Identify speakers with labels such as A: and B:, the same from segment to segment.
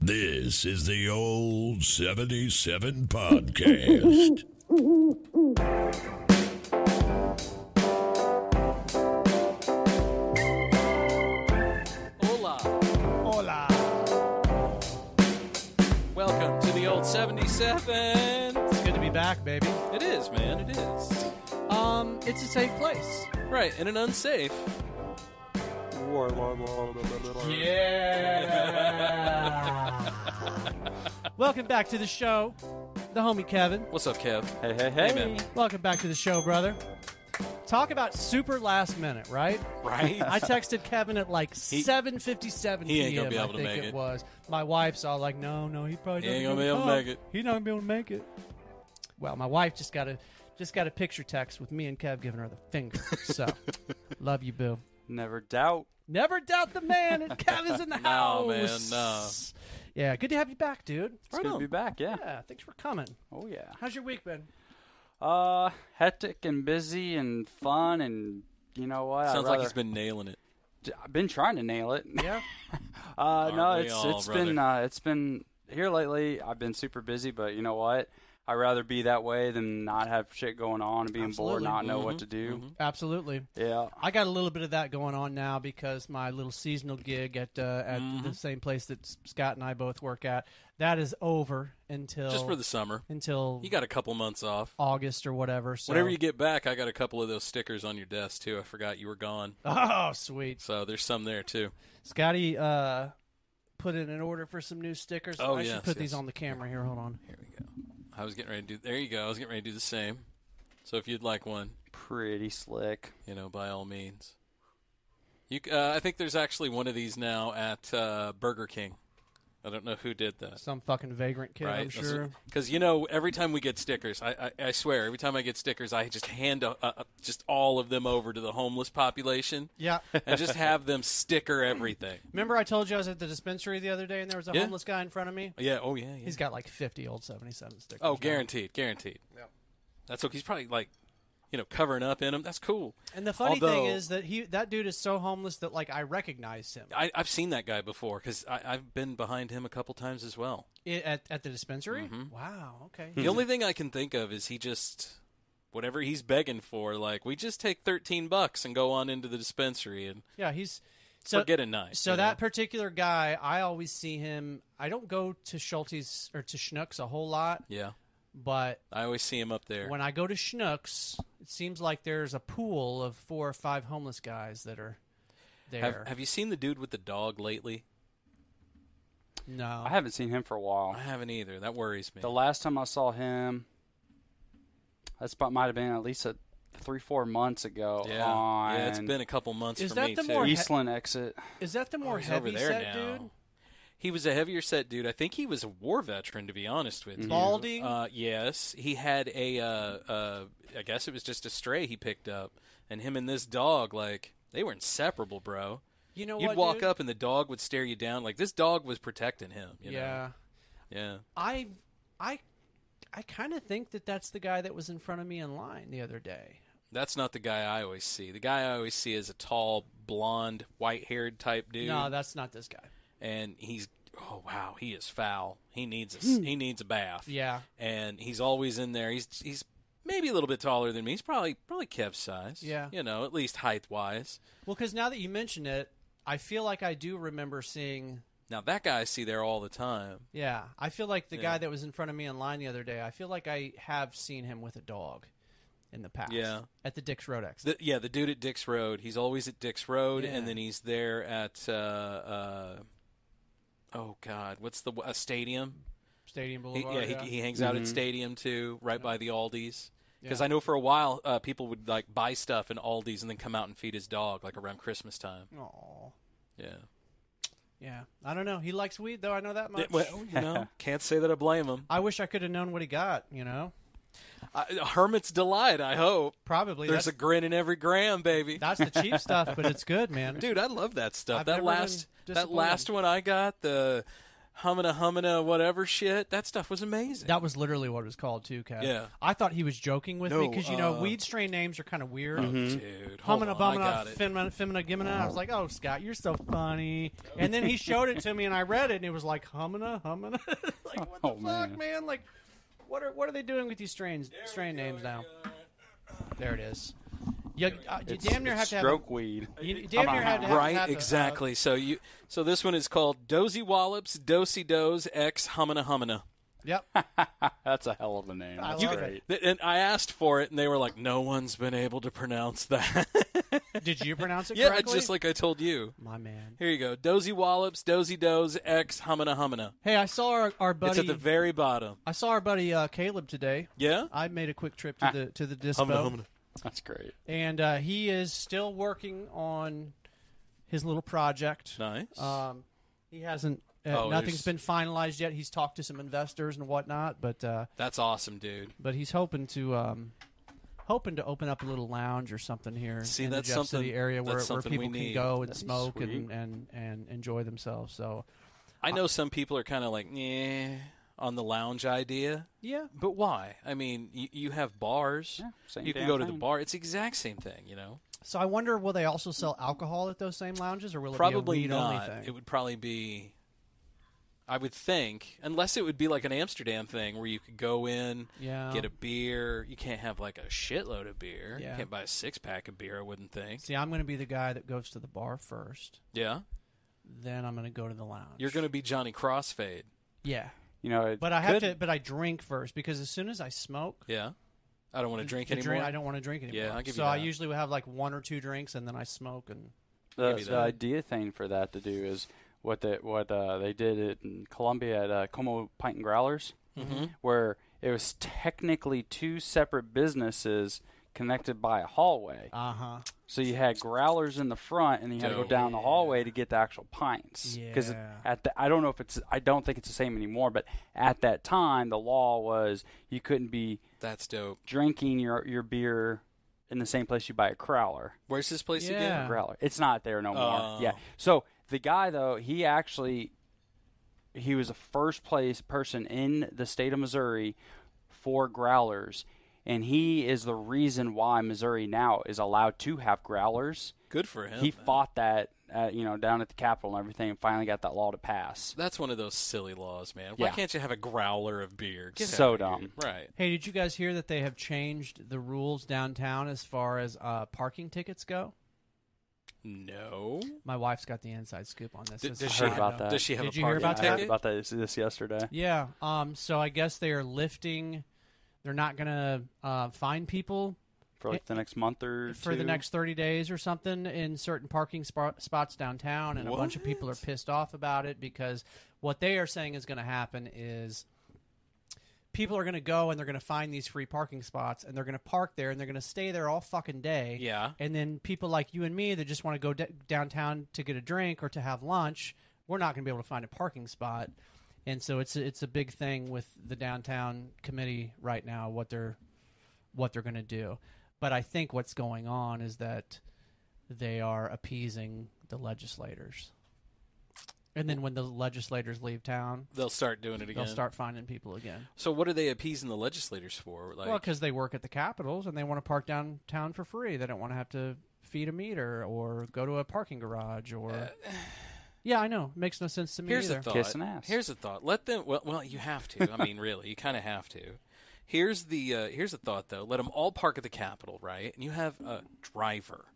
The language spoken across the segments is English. A: This is the Old 77 Podcast.
B: Hola.
C: Hola.
B: Welcome to the old 77.
C: It's good to be back, baby.
B: It is, man. It is.
C: Um, it's a safe place.
B: Right, in an unsafe.
C: Welcome back to the show, the homie Kevin.
B: What's up, Kev?
D: Hey, hey,
B: Hey, man.
C: Welcome back to the show, brother. Talk about super last minute, right?
B: Right?
C: I texted Kevin at like 7:57
B: he
C: p.m.
B: ain't gonna be able
C: I
B: to
C: think
B: make
C: it,
B: it.
C: was. My wife's all like, "No, no, he probably
B: He ain't
C: doesn't
B: gonna be able to
C: come.
B: make it."
C: He not gonna be able to make it." Well, my wife just got a just got a picture text with me and Kev giving her the finger. So, love you, boo.
D: Never doubt.
C: Never doubt the man, and Kev is in the
B: No, man,
C: house.
B: no.
C: Yeah, good to have you back, dude.
D: It's good to be back. Yeah.
C: Yeah, thanks for coming.
D: Oh yeah.
C: How's your week been?
D: Uh, hectic and busy and fun and you know what? I'd
B: Sounds like he's
D: rather-
B: been nailing it.
D: I've been trying to nail it.
C: Yeah,
D: Uh, no,
B: Aren't we
D: it's
B: all,
D: it's been
B: brother?
D: uh, it's been here lately. I've been super busy, but you know what? I'd rather be that way than not have shit going on and being
C: Absolutely.
D: bored, not know
B: Mm-hmm.
D: what to do.
C: absolutely.
D: Yeah.
C: I got a little bit of that going on now because my little seasonal gig at uh, at the same place that S- Scott and I both work at that is over until
B: Just for the summer.
C: until
B: You got a couple months off.
C: August or whatever. So
B: Whenever you get back, I got a couple of those stickers on your desk, too. I forgot you were gone.
C: oh sweet,
B: So there's some there, too.
C: Scotty uh, put in an order for some new stickers.
B: Oh,
C: I
B: yes,
C: should
B: yes.
C: put these on the camera here. Hold on.
B: Here we go. I was getting ready to do. There you go. I was getting ready to do the same. So if you'd like one,
D: Pretty slick.
B: you know, by all means. You, c- uh, I think there's actually one of these now at uh, Burger King. I don't know who did that.
C: Some fucking vagrant kid, I'm sure.
B: Because you know, every time we get stickers, I, I, I swear, every time I get stickers, I just hand uh, uh, just all of them over to the homeless population
C: Yeah.
B: and just have them sticker everything.
C: Remember, I told you I was at the dispensary the other day, and there was a
B: Yeah.
C: homeless guy in front of me.
B: Yeah. Oh yeah. yeah.
C: He's got like 50 old 77 stickers.
B: oh,
C: now.
B: guaranteed, guaranteed. That's okay. He's probably like, you know, covering up in them. That's cool.
C: And the funny thing
B: Although-
C: is that he that dude is so homeless that like I recognized him
B: I, I've seen that guy before because I've been behind him a couple times as well.
C: I- at at the dispensary.
B: Mm-hmm.
C: Wow. Okay.
B: The only thing I can think of is he just whatever he's begging for. Like we just take thirteen bucks and go on into the dispensary and
C: Yeah, he's so
B: forget a night.
C: So
B: you know?
C: that particular guy, I always see him. I don't go to Schulte's or to Schnucks a whole lot,
B: yeah.
C: but
B: I always see him up there.
C: when I go to Schnucks, it seems like there's a pool of four or five homeless guys that are there.
B: have, have you seen the dude with the dog lately?
C: no,
D: I haven't seen him for a while.
B: I haven't either. That worries me.
D: The last time I saw him, that spot might have been at least a three, four months ago.
B: yeah.
D: on
B: yeah, it's been a couple months
C: Is
B: for
C: that
B: me
C: the
B: too.
C: more-
B: He-
D: Eastland exit.
C: is that the more
B: he's over
C: heavy
B: there
C: set
B: now.
C: dude?
B: He was a heavier set dude. I think he was a war veteran, to be honest with you.
C: Balding?
B: Uh, yes, he had a. Uh, uh, I guess it was just a stray he picked up, and him and this dog, like they were inseparable, bro.
C: You know
B: You'd
C: what?
B: walk
C: dude?
B: up and the dog would stare you down. Like this dog was protecting him. You know?
C: Yeah.
B: yeah.
C: I, I, I kind of think that that's the guy that was in front of me in line the other day.
B: That's not the guy I always see. The guy I always see is a tall, blonde, white-haired type dude,
C: No, that's not this guy.
B: and he's oh wow, he is foul. He needs a s- he needs a bath.
C: Hmm. Yeah.
B: and he's always in there. He's he's maybe a little bit taller than me. He's probably probably Kev's size.
C: Yeah.
B: you know, at least height-wise.
C: Well, because now that you mention it, I feel like I do remember seeing.
B: Now that guy I see there all the time.
C: Yeah, I feel like the
B: Yeah.
C: guy that was in front of me in line the other day. I feel like I have seen him with a dog in the past.
B: Yeah.
C: at the Dick's Road exit.
B: The, yeah, the dude at Dick's Road. He's always at Dick's Road,
C: Yeah.
B: and then he's there at uh, uh, oh god, what's the a stadium?
C: Stadium
B: He,
C: Boulevard.
B: yeah, he, he hangs out at Stadium too, right by the Aldi's. Because
C: Yeah.
B: I know for a while uh, people would like buy stuff in Aldi's and then come out and feed his dog like around Christmas time.
C: Aw.
B: Yeah,
C: Yeah, I don't know. He likes weed though. I know that much.
B: well, you know, can't say that I blame him.
C: I wish I could have known what he got. You know,
B: I, hermit's delight. I hope
C: probably
B: there's
C: that's,
B: a grin in every gram, baby.
C: that's the cheap stuff, but it's good, man.
B: Dude, I love that stuff.
C: I've
B: that
C: never
B: last
C: been
B: that last one I got the humina humina whatever shit. That stuff was amazing.
C: That was literally what it was called too, Kev.
B: Yeah.
C: I thought he was joking with me
B: No,
C: because you know
B: uh,
C: weed strain names are kind of weird.
B: Dude, hold
C: Humina,
B: on, I
C: bumina,
B: got it.
C: femina, femina, gimina. I was like, "Oh, Scott, you're so funny." And then he showed it to me, and I read it, and it was like, "Humina, humina." like, what the
D: Oh,
C: fuck, man.
D: man.
C: Like, what are what are they doing with these strains strain names now? There it is. You, uh, you damn near have
D: it's
C: to have.
D: stroke
C: a-
D: weed.
C: You damn near had to have,
B: Right,
C: have a- uh,
B: exactly. so you, so this one is called Dozy Wallops Dosey Doze X Humina Humina.
C: yep.
D: That's a hell of a name.
C: I
D: That's
C: love
D: great.
B: Th- And I asked for it, and they were like, "No one's been able to pronounce that."
C: Did you pronounce it
B: yeah,
C: correctly?
B: just like I told you.
C: my man.
B: Here you go, Dozy Wallops Dozy Doze X Humina Humina.
C: Hey, I saw our, our buddy.
B: It's at the very bottom.
C: I saw our buddy uh, Caleb today.
B: Yeah.
C: I made a quick trip
B: Ah.
C: to the to the dispo,
D: That's great.
C: and uh, he is still working on his little project.
B: Nice.
C: Um, he hasn't. Uh,
B: Oh,
C: nothing's
B: there's-
C: been finalized yet. He's talked to some investors and whatnot, but uh,
B: That's awesome, dude.
C: but he's hoping to um, hoping to open up a little lounge or something here
B: See,
C: in
B: that's
C: the Jeff
B: something-
C: City area where,
B: that's
C: where
B: something we
C: people can
B: need.
C: go and
D: That'd be
C: smoke
D: sweet.
C: and, and and enjoy themselves. So
B: I know some people are kind of like, "Nah," on the lounge idea.
C: yeah,
B: But why? I mean, you, you have bars.
D: Yeah, same
B: you can
D: damn
B: go to the
D: thing.
B: bar. It's the exact same thing, you know.
C: so I wonder will they also sell alcohol at those same lounges or will it
B: probably
C: be a weed
B: not.
C: only thing?
B: It would probably be, I would think, unless it would be like an Amsterdam thing where you could go in,
C: Yeah.
B: get a beer. You can't have like a shitload of beer.
C: Yeah.
B: You can't buy a six pack of beer. I wouldn't think.
C: See, I'm going to be the guy that goes to the bar first,
B: Yeah,
C: then I'm going to go to the lounge.
B: you're gonna be Johnny Crossfade.
C: yeah,
D: You know, it
C: but I have
D: could-
C: to. But I drink first because as soon as I smoke,
B: Yeah, I don't want to drink
C: the
B: anymore.
C: drink- I don't want to drink anymore.
B: Yeah, I'll give you
C: so I
B: that.
C: usually will have like one or two drinks and then I smoke and
D: The,
B: Maybe
D: the
B: that.
D: idea thing for that to do is what the, what uh, they did it in Colombia at uh, Como Pint and Growlers,
B: Mm-hmm.
D: where it was technically two separate businesses connected by a hallway.
C: uh huh.
D: So you had growlers in the front, and you had to
B: Dope.
D: go down the hallway to get the actual pints. it-
C: Yeah.
D: at the, I don't know if it's I don't think it's the same anymore, but at that time the law was you couldn't be
B: That's dope.
D: drinking your your beer in the same place you buy a crowler.
B: Where's this place
C: Yeah.
B: again?
D: Growler. It's not there no more.
B: Uh-huh. Oh.
D: Yeah. So the guy though, he actually he was the first place person in the state of Missouri for growlers. And he is the reason why Missouri now is allowed to have growlers.
B: Good for him.
D: he
B: man.
D: fought that, uh, you know, down at the Capitol and everything, and finally got that law to pass.
B: That's one of those silly laws, man. Why
D: Yeah.
B: can't you have a growler of beer? Get
D: So
B: outta here.
D: dumb.
B: Right.
C: Hey, did you guys hear that they have changed the rules downtown as far as uh, parking tickets go?
B: No.
C: My wife's got the inside scoop on this.
B: D-
C: This
B: does
C: is
B: she
D: heard
C: how I
D: about
C: know.
D: that.
B: Does she have
C: Did
B: a
C: you hear
B: parking
C: about
D: I heard
B: ticket?
D: about this, this yesterday.
C: Yeah. Um. So I guess they are lifting. They're not going to uh, fine people
D: for like the next month or
C: for the
D: two.
C: next 30 days or something in certain parking spot, spots downtown and a bunch of people are pissed off about it because what they are saying is going to happen is people are going to go and they're going to find these free parking spots and they're going to park there and they're going to stay there all fucking day
B: Yeah.
C: and then people like you and me that just want to go d- downtown to get a drink or to have lunch we're not going to be able to find a parking spot and so it's a, it's a big thing with the downtown committee right now what they're what they're going to do. But I think what's going on is that they are appeasing the legislators. And then when the legislators leave town,
B: They'll start doing it again.
C: they'll start finding people again.
B: So what are they appeasing the legislators for? Like,
C: Well, because they work at the capitals and they want to park downtown for free. They don't want to have to feed a meter or go to a parking garage or. yeah, I know. Makes no sense to me
B: Uh, here's
C: either.
B: a thought.
D: Kiss an ass.
B: Here's a thought. Let them. Well, well, you have to. I mean, really, you kind of have to. Here's the uh, here's the thought though. Let them all park at the Capitol, right? And you have a driver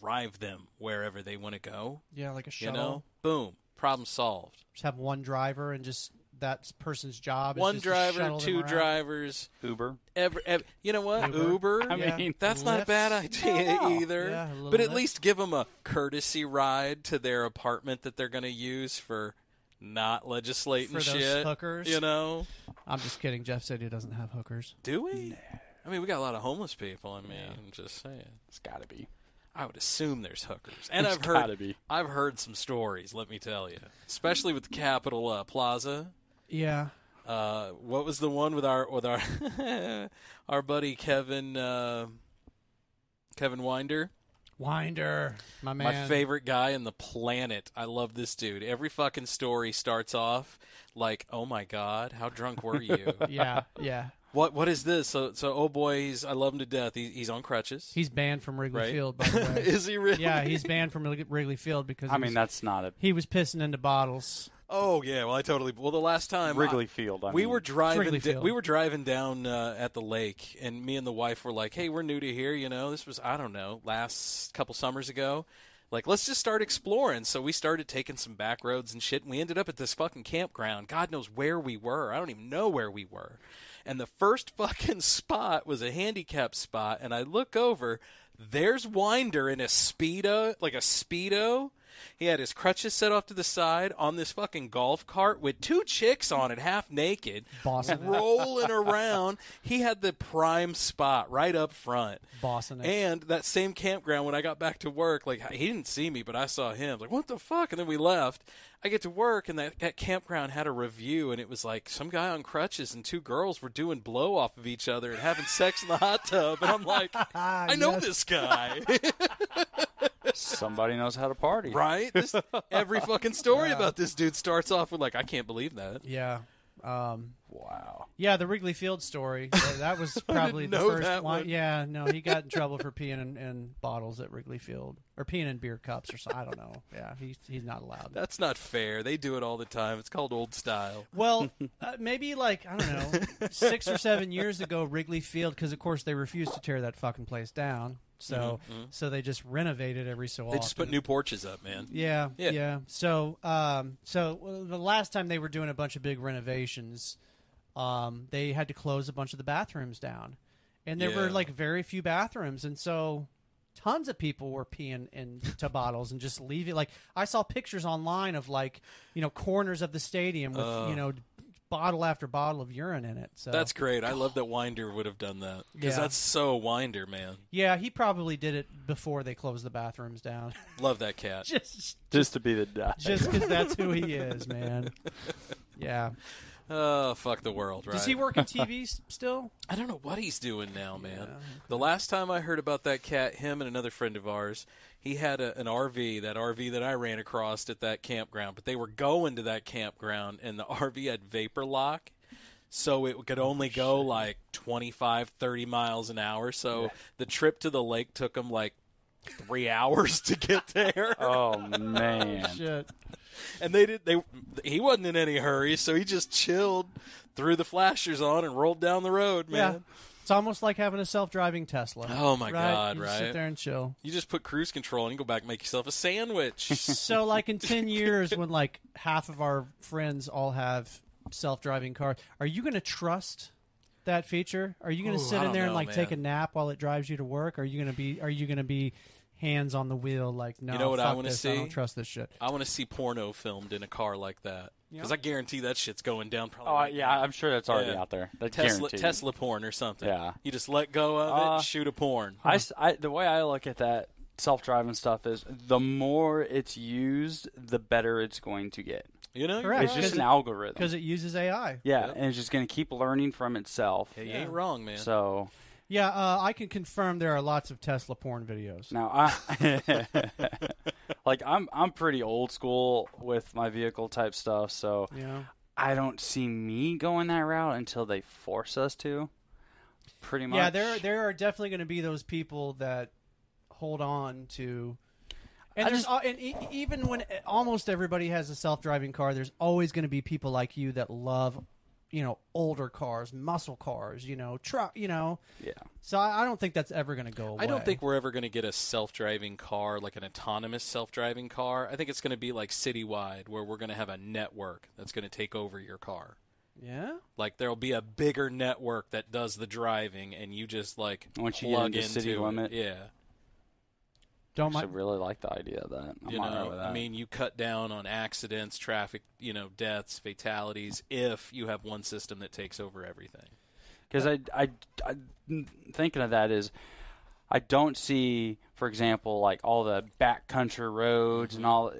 B: drive them wherever they want to go.
C: yeah, like a
B: You
C: shuttle.
B: know, boom, problem solved.
C: Just have one driver and just that person's job. Is
B: One
C: just to
B: driver,
C: shuttle them
B: two
C: around.
B: drivers.
D: Uber.
B: Every, ev you know what?
C: Uber.
B: Uber.
D: I
C: Yeah.
D: mean,
B: That's not a bad
C: Lyft.
B: idea
D: No.
B: either.
C: Yeah, a little
B: but at
C: Lyft.
B: least give them a courtesy ride to their apartment that they're going to use for not legislating
C: For those
B: shit.
C: hookers.
B: You know?
C: I'm just kidding. Jeff City doesn't have hookers.
B: Do we? I mean, we got a lot of homeless people. I mean, I'm just saying.
D: it's got to be.
B: I would assume there's hookers, and
D: It's
B: I've
D: gotta
B: heard
D: be.
B: I've heard some stories. Let me tell you, especially with the Capitol uh, Plaza.
C: Yeah.
B: Uh, what was the one with our with our our buddy Kevin uh, Kevin Winder?
C: Winder, my man.
B: My favorite guy in the planet. I love this dude. Every fucking story starts off like, "Oh my god, how drunk were you?
C: Yeah, yeah.
B: what what is this?" So so oh boy, he's I love him to death. He, he's on crutches.
C: He's banned from Wrigley
B: Right.
C: Field, by the way.
B: is he really?
C: yeah, he's banned from Wrig- Wrigley Field because
D: I
C: he
D: mean,
C: was-
D: that's not a
C: he was pissing into bottles.
B: Oh yeah. Well, I totally. Well, the last time I-
D: Wrigley Field. I
B: we
D: mean.
B: were driving.
C: Wrigley
B: da-
C: Field.
B: we were driving down uh, at the lake, and me and the wife were like, "Hey, we're new to here. You know, this was I don't know last couple summers ago. Like, let's just start exploring." So we started taking some back roads and shit, and we ended up at this fucking campground. God knows where we were. I don't even know where we were. And the first fucking spot was a handicapped spot, and I look over. There's Winder in a speedo, like a speedo. He had his crutches set off to the side on this fucking golf cart with two chicks on it, half naked,
C: Bossing it.
B: rolling around. He had the prime spot right up front.
C: Bossing it.
B: And that same campground, when I got back to work, like he didn't see me, but I saw him. Like, what the fuck? And then we left. I get to work, and that, that campground had a review, and it was like some guy on crutches and two girls were doing blow off of each other and having sex in the hot tub. And I'm like, I know this guy.
D: Somebody knows how to party.
B: Right? This, every fucking story about this dude starts off with like, I can't believe that.
C: Yeah. Um,
D: Wow.
C: yeah, the Wrigley Field story. uh, That was probably the
B: know
C: first
B: that
C: one.
B: one.
C: Yeah, no, he got in trouble for peeing in, in bottles at Wrigley Field or peeing in beer cups or something. I don't know. Yeah, he's he's not allowed.
B: That's not fair. They do it all the time. It's called old style.
C: Well, uh, maybe like I don't know, six or seven years ago, Wrigley Field, because of course they refused to tear that fucking place down, so so they just renovated every so
B: Mm-hmm. They
C: often.
B: just put new porches up, man.
C: yeah,
B: Yeah.
C: yeah, So, um, so well, the last time they were doing a bunch of big renovations, um, they had to close a bunch of the bathrooms down, and there were
B: Yeah.
C: like very few bathrooms, and so tons of people were peeing into bottles and just leaving. Like I saw pictures online of like you know corners of the stadium with you know bottle after bottle of urine in it. So
B: Uh. That's great. I love that Winder would have done that because
C: Yeah.
B: that's so Winder, man.
C: yeah, he probably did it before they closed the bathrooms down,
B: Love that cat.
C: just
D: Just to be the death.
C: just because that's who he is, man. Yeah.
B: Oh, fuck the world, right?
C: Does he work in TV s- still?
B: I don't know what he's doing now, man. The last time I heard about that cat, him and another friend of ours, he had a, an RV, that RV that I ran across at that campground, but they were going to that campground, and the RV had vapor lock. So it
C: Oh,
B: could only go like 25, 30 miles an hour. So the trip to the lake took him like three hours to get there.
D: Oh man.
C: Shit.
B: and they did they he wasn't in any hurry so he just chilled threw the flashers on and rolled down the road man
C: Yeah. It's almost like having a self-driving Tesla.
B: Oh, my
C: right?
B: God,
C: You just
B: right?
C: Sit there and chill.
B: you just put cruise control and you go back and make yourself a sandwich
C: So, like in ten years, when like half of our friends all have self-driving cars, are you going to trust that feature? Are you going to sit
B: I
C: in
B: don't
C: there and
B: know,
C: like take a
B: man.
C: nap while it drives you to work? Are you going to be? Are you going to be hands on the wheel? Like, no,
B: know what I
C: fuck
B: wanna
C: this,
B: see?
C: I don't trust this shit.
B: i want to see porno filmed in a car like that because
C: Yeah.
B: i guarantee that shit's going down probably
D: Oh
B: right
D: yeah,
B: now.
D: I'm sure that's already
B: Yeah.
D: out there. That's
B: tesla
D: guaranteed.
B: tesla porn or something
D: Yeah.
B: you just let go of it
D: Uh,
B: and shoot a porn
D: I s I the way I look at that self-driving stuff is the more it's used, the better it's going to get.
B: you know
C: Correct.
D: It's just
C: Because
D: an
C: it-
D: algorithm.
C: Because it uses AI.
D: Yeah, and it's just going to keep learning from itself.
B: you ain't wrong man
D: So
C: Yeah, uh, I can confirm there are lots of Tesla porn videos.
D: now I like I'm I'm pretty old school with my vehicle type stuff, so
C: Yeah.
D: I don't see me going that route until they force us to. Pretty much.
C: Yeah, there there are definitely going to be those people that hold on to. And,
D: I
C: there's,
D: just-
C: al- and e- even when almost everybody has a self-driving car, there's always going to be people like you that love, you know, older cars, muscle cars, you know, truck, you know.
D: Yeah.
C: So I, I don't think that's ever going to go away.
B: I don't think we're ever going to get a self-driving car, like an autonomous self-driving car. I think it's going to be like citywide, where we're going to have a network that's going to take over your car.
C: Yeah.
B: Like there'll be a bigger network that does the driving, and you just like
D: Once you get
B: plug
D: into city
B: it.
D: limit.
B: Yeah,
C: Don't
D: I
C: mind.
D: actually really like the idea of that. I'm
B: you
D: all right
B: know,
D: with that.
B: I mean, you cut down on accidents, traffic, you know, deaths, fatalities, if you have one system that takes over everything.
D: because I, I, I- n- thinking of that is I don't see, for example, like all the backcountry roads
B: Mm-hmm.
D: and all.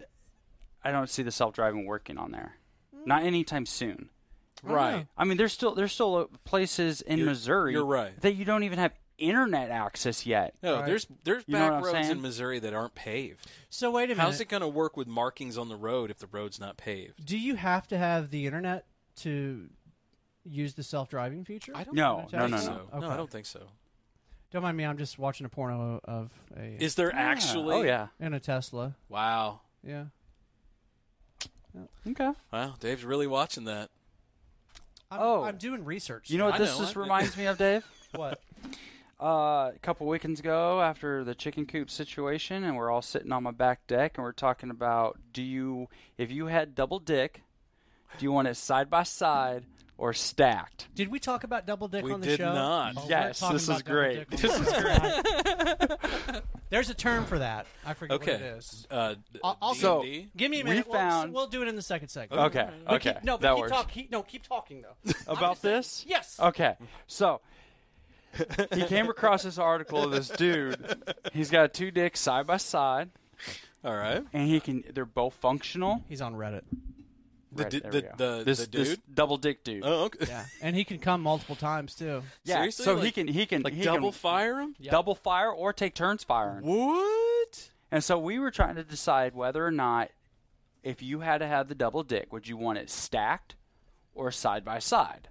D: I don't see the self-driving working on there,
B: Mm-hmm.
D: not anytime soon.
B: Right.
D: I mean, there's still there's still uh, places in Missouri
B: you're right.
D: that you don't even have internet access yet.
B: No, there's there's
D: You know what
B: back
D: I'm
B: roads
D: saying?
B: in Missouri that aren't paved.
C: So wait a minute.
B: How's it going to work with markings on the road if the road's not paved?
C: Do you have to have the internet to use the self-driving feature?
B: I don't
D: No,
B: think
D: no, no,
B: so.
D: no.
B: No, Oh,
C: Okay.
B: I don't think so.
C: Don't mind me. I'm just watching a porno of a
B: Is there actually?
D: Oh yeah.
C: in a Tesla.
B: Wow.
C: Yeah.
D: Okay.
B: Wow, Dave's really watching that.
C: I'm,
D: Oh.
C: I'm doing research.
D: You know what
B: I
D: this
B: know,
D: just
B: I-
D: reminds me of, Dave?
C: what?
D: Uh, a couple weekends ago, after the chicken coop situation, and we're all sitting on my back deck, and we're talking about do you, if you had double dick, do you want it side by side or stacked?
C: Did we talk about double dick
B: We
C: on the
B: did
C: show?
B: not.
C: Oh, we're
D: Yes,
C: talking
D: this
C: about
D: is
C: double
D: great.
C: dick on the show. There's a term for that. I forget what
B: Okay.
C: it is.
B: Uh,
C: I'll, I'll-
D: So-
B: D&D?
C: give me a
D: We
C: minute. We'll-
D: found-
C: we'll, do it in the second segment.
D: Okay,
C: But
D: okay,
C: Keep, no, but
D: that
C: keep
D: works.
C: talk- keep- no, keep talking though.
D: About this?
C: yes.
D: Okay, so he came across this article of this dude. He's got two dicks side by side,
B: all right.
D: and he can. They're both functional.
C: He's on Reddit.
B: The
D: Right,
B: di-
D: there
B: the-
D: we go.
B: the-
D: this,
B: the
D: this
B: dude?
D: double dick dude.
B: Oh, okay.
C: Yeah, and he can come multiple times too.
D: yeah,
B: Seriously?
D: so he
B: Like-
D: can he can
B: Like
D: he can
B: double fire him?
D: double fire or take turns firing.
B: What?
D: And so we were trying to decide whether or not, if you had to have the double dick, would you want it stacked or side by side?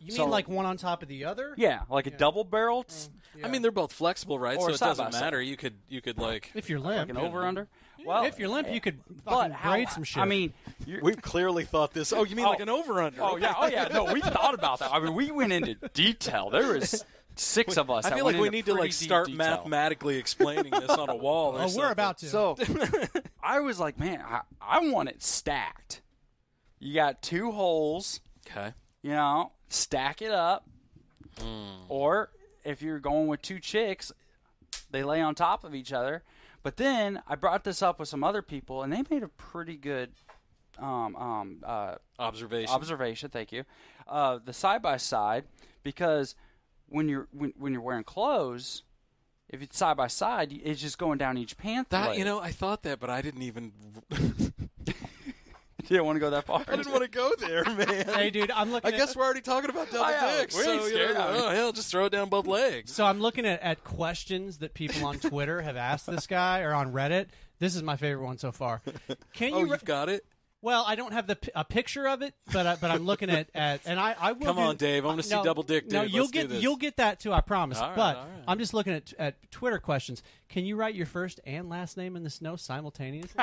C: You
D: So-
C: mean like one on top of the other?
D: Yeah, like a double barrel, s-
B: I mean, they're both flexible, right?
D: Or
B: so it
D: side
B: doesn't
D: by side.
B: matter. You could you could like
C: If you're limp,
D: an over under. Well,
C: if you're limp, you could
D: but
C: fucking
D: how-
C: braid some shit.
D: I mean, you're,
B: We've clearly thought this. Oh, you mean like
D: Oh.
B: an over under?
D: oh yeah, oh yeah. No, we thought about that. I mean, we went into detail. There was six of us.
B: I
D: that
B: feel
D: went
B: like we
D: into
B: need to like
D: pretty deep
B: start
D: detail.
B: mathematically explaining this on a wall. Or
C: oh,
B: something.
C: we're about to.
D: So I was like, man, I, I want it stacked. You got two holes.
B: Okay.
D: you know, stack it up.
C: Mm.
D: Or if you're going with two chicks, they lay on top of each other. But then I brought this up with some other people, and they made a pretty good um, um, uh,
B: Observation.
D: observation. Thank you. Uh, the side by side, because when you're when, when you're wearing clothes, if it's side by side, it's just going down each pant.
B: that
D: leg.
B: you know, I thought that, but I didn't even. I
D: you didn't want to go that far.
B: didn't want to go there, man.
C: hey, dude, I'm looking.
B: I
C: at,
B: guess we're already talking about double
D: Oh, yeah,
B: dicks.
D: we
B: so,
D: ain't
B: you
D: scared
B: know,
D: of it.
B: oh, hell, just throw it down both legs.
C: So I'm looking at, at questions that people on Twitter have asked this guy or on Reddit. This is my favorite one so far. Can
B: Oh,
C: you? re-
B: you've got it.
C: well, I don't have the p- a picture of it, but I, but I'm looking at, at and I, I will
B: Come
C: do- Uh,
B: on, Dave. I want to see
C: No,
B: double dick. Dude.
C: No, you'll
B: Let's do
C: get
B: this.
C: you'll get that too. I promise.
B: All right,
C: but
B: all right.
C: I'm just looking at at Twitter questions. Can you write your first and last name in the snow simultaneously?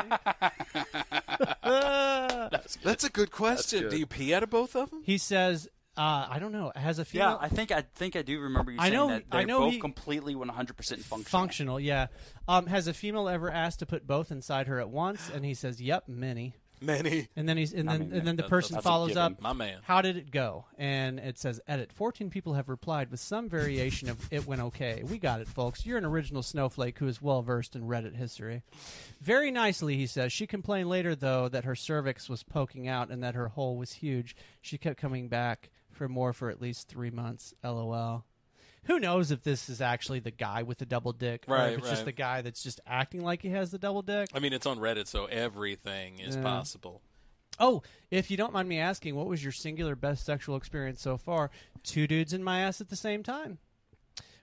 B: That's a good question. Do you pee out of both of them?
C: he says, uh, I don't know. Has a female
D: Yeah, I think I think I do remember you
C: I
D: saying
C: know-
D: that they're
C: I know
D: both
C: he-
D: completely 100 percent functional.
C: functional? Yeah. Um, has a female ever asked to put both inside her at once? And he says, Yep, many.
B: Many.
C: And then he's and then
D: mean,
C: and then the
B: that-
C: person
D: that's a
C: follows
D: given.
C: up.
B: My man.
C: How did it go? And it says, "Edit: Fourteen people have replied with some variation of it went okay. We got it, folks. You're an original snowflake who is well versed in Reddit history. Very nicely, he says. She complained later though that her cervix was poking out and that her hole was huge. She kept coming back for more for at least three months. LOL. Who knows if this is actually the guy with the double dick, or
B: Right,
C: if it's
B: right.
C: just the guy that's just acting like he has the double dick?
B: I mean, it's on Reddit, so everything is possible.
C: Oh, if you don't mind me asking, what was your singular best sexual experience so far? Two dudes in my ass at the same time.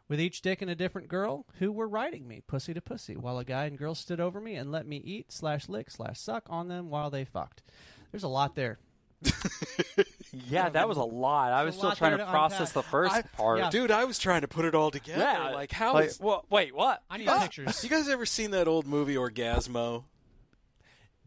C: With each dick and a different girl who were riding me, pussy to pussy, while a guy and girl stood over me and let me eat, slash lick, slash suck on them while they fucked. There's a lot there.
D: Yeah, that was a lot. I was
C: a
D: still
C: lot
D: trying
C: there
D: to
C: to
D: process
C: unpack.
D: the first
B: I-
D: part.
C: yeah.
B: Dude, I was trying to put it all together.
D: Yeah,
B: Like, how is?
D: like, wha- wait, what?
C: I need
B: Ah,
C: pictures.
B: You guys ever seen that old movie Orgasmo?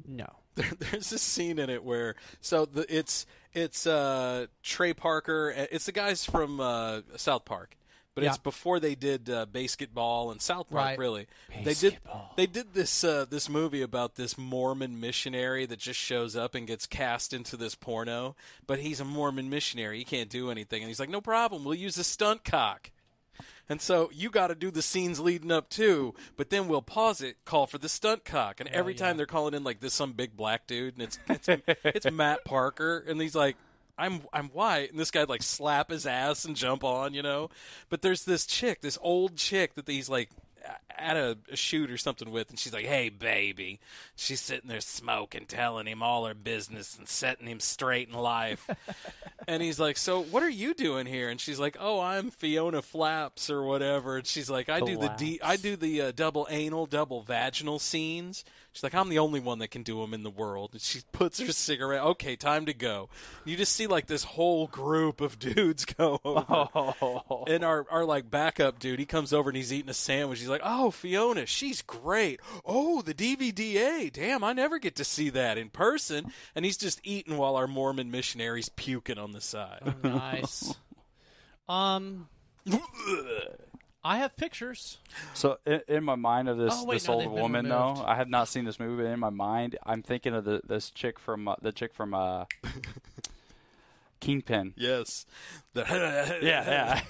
C: No.
B: There, there's this scene in it where so the, it's it's uh, Trey Parker. uh, It's the guys from uh, South Park, but it's
C: Yeah.
B: before they did uh, basketball and South Park.
C: Right.
B: Really, they did they did this uh, this movie about this Mormon missionary that just shows up and gets cast into this porno, but he's a Mormon missionary. He can't do anything, and he's like, "No problem, we'll use a stunt cock." And so you got to do the scenes leading up too, but then we'll pause it, call for the stunt cock, and every time they're calling in like this some big black dude, and it's it's, it's Matt Parker, and he's like, "I'm I'm white," and this guy like slap his ass and jump on, you know. But there's this chick, this old chick that he's like at a, a shoot or something with, and she's like, "Hey, baby," she's sitting there smoking, telling him all her business and setting him straight in life. and he's like, "So what are you doing here?" And she's like, "Oh, I'm Fiona Flaps or whatever." And she's like, "I do the D, I do the uh, double anal, double vaginal scenes." She's like, "I'm the only one that can do them in the world." And she puts her cigarette. Okay, time to go. You just see like this whole group of dudes go over.
D: Oh,
B: And our, our like backup dude, he comes over and he's eating a sandwich. He's like, "Oh, Fiona, she's great. Oh, the DVDA. Damn, I never get to see that in person." And he's just eating while our Mormon missionary's puking on the side.
C: nice. Um, I have pictures.
D: so in, in my mind of this
C: Oh, wait,
D: this
C: no,
D: old
C: they've been
D: woman
C: removed.
D: though, I have not seen this movie. but In my mind, I'm thinking of the this chick from uh, the chick from uh, Kingpin.
B: yes. The-
D: Yeah,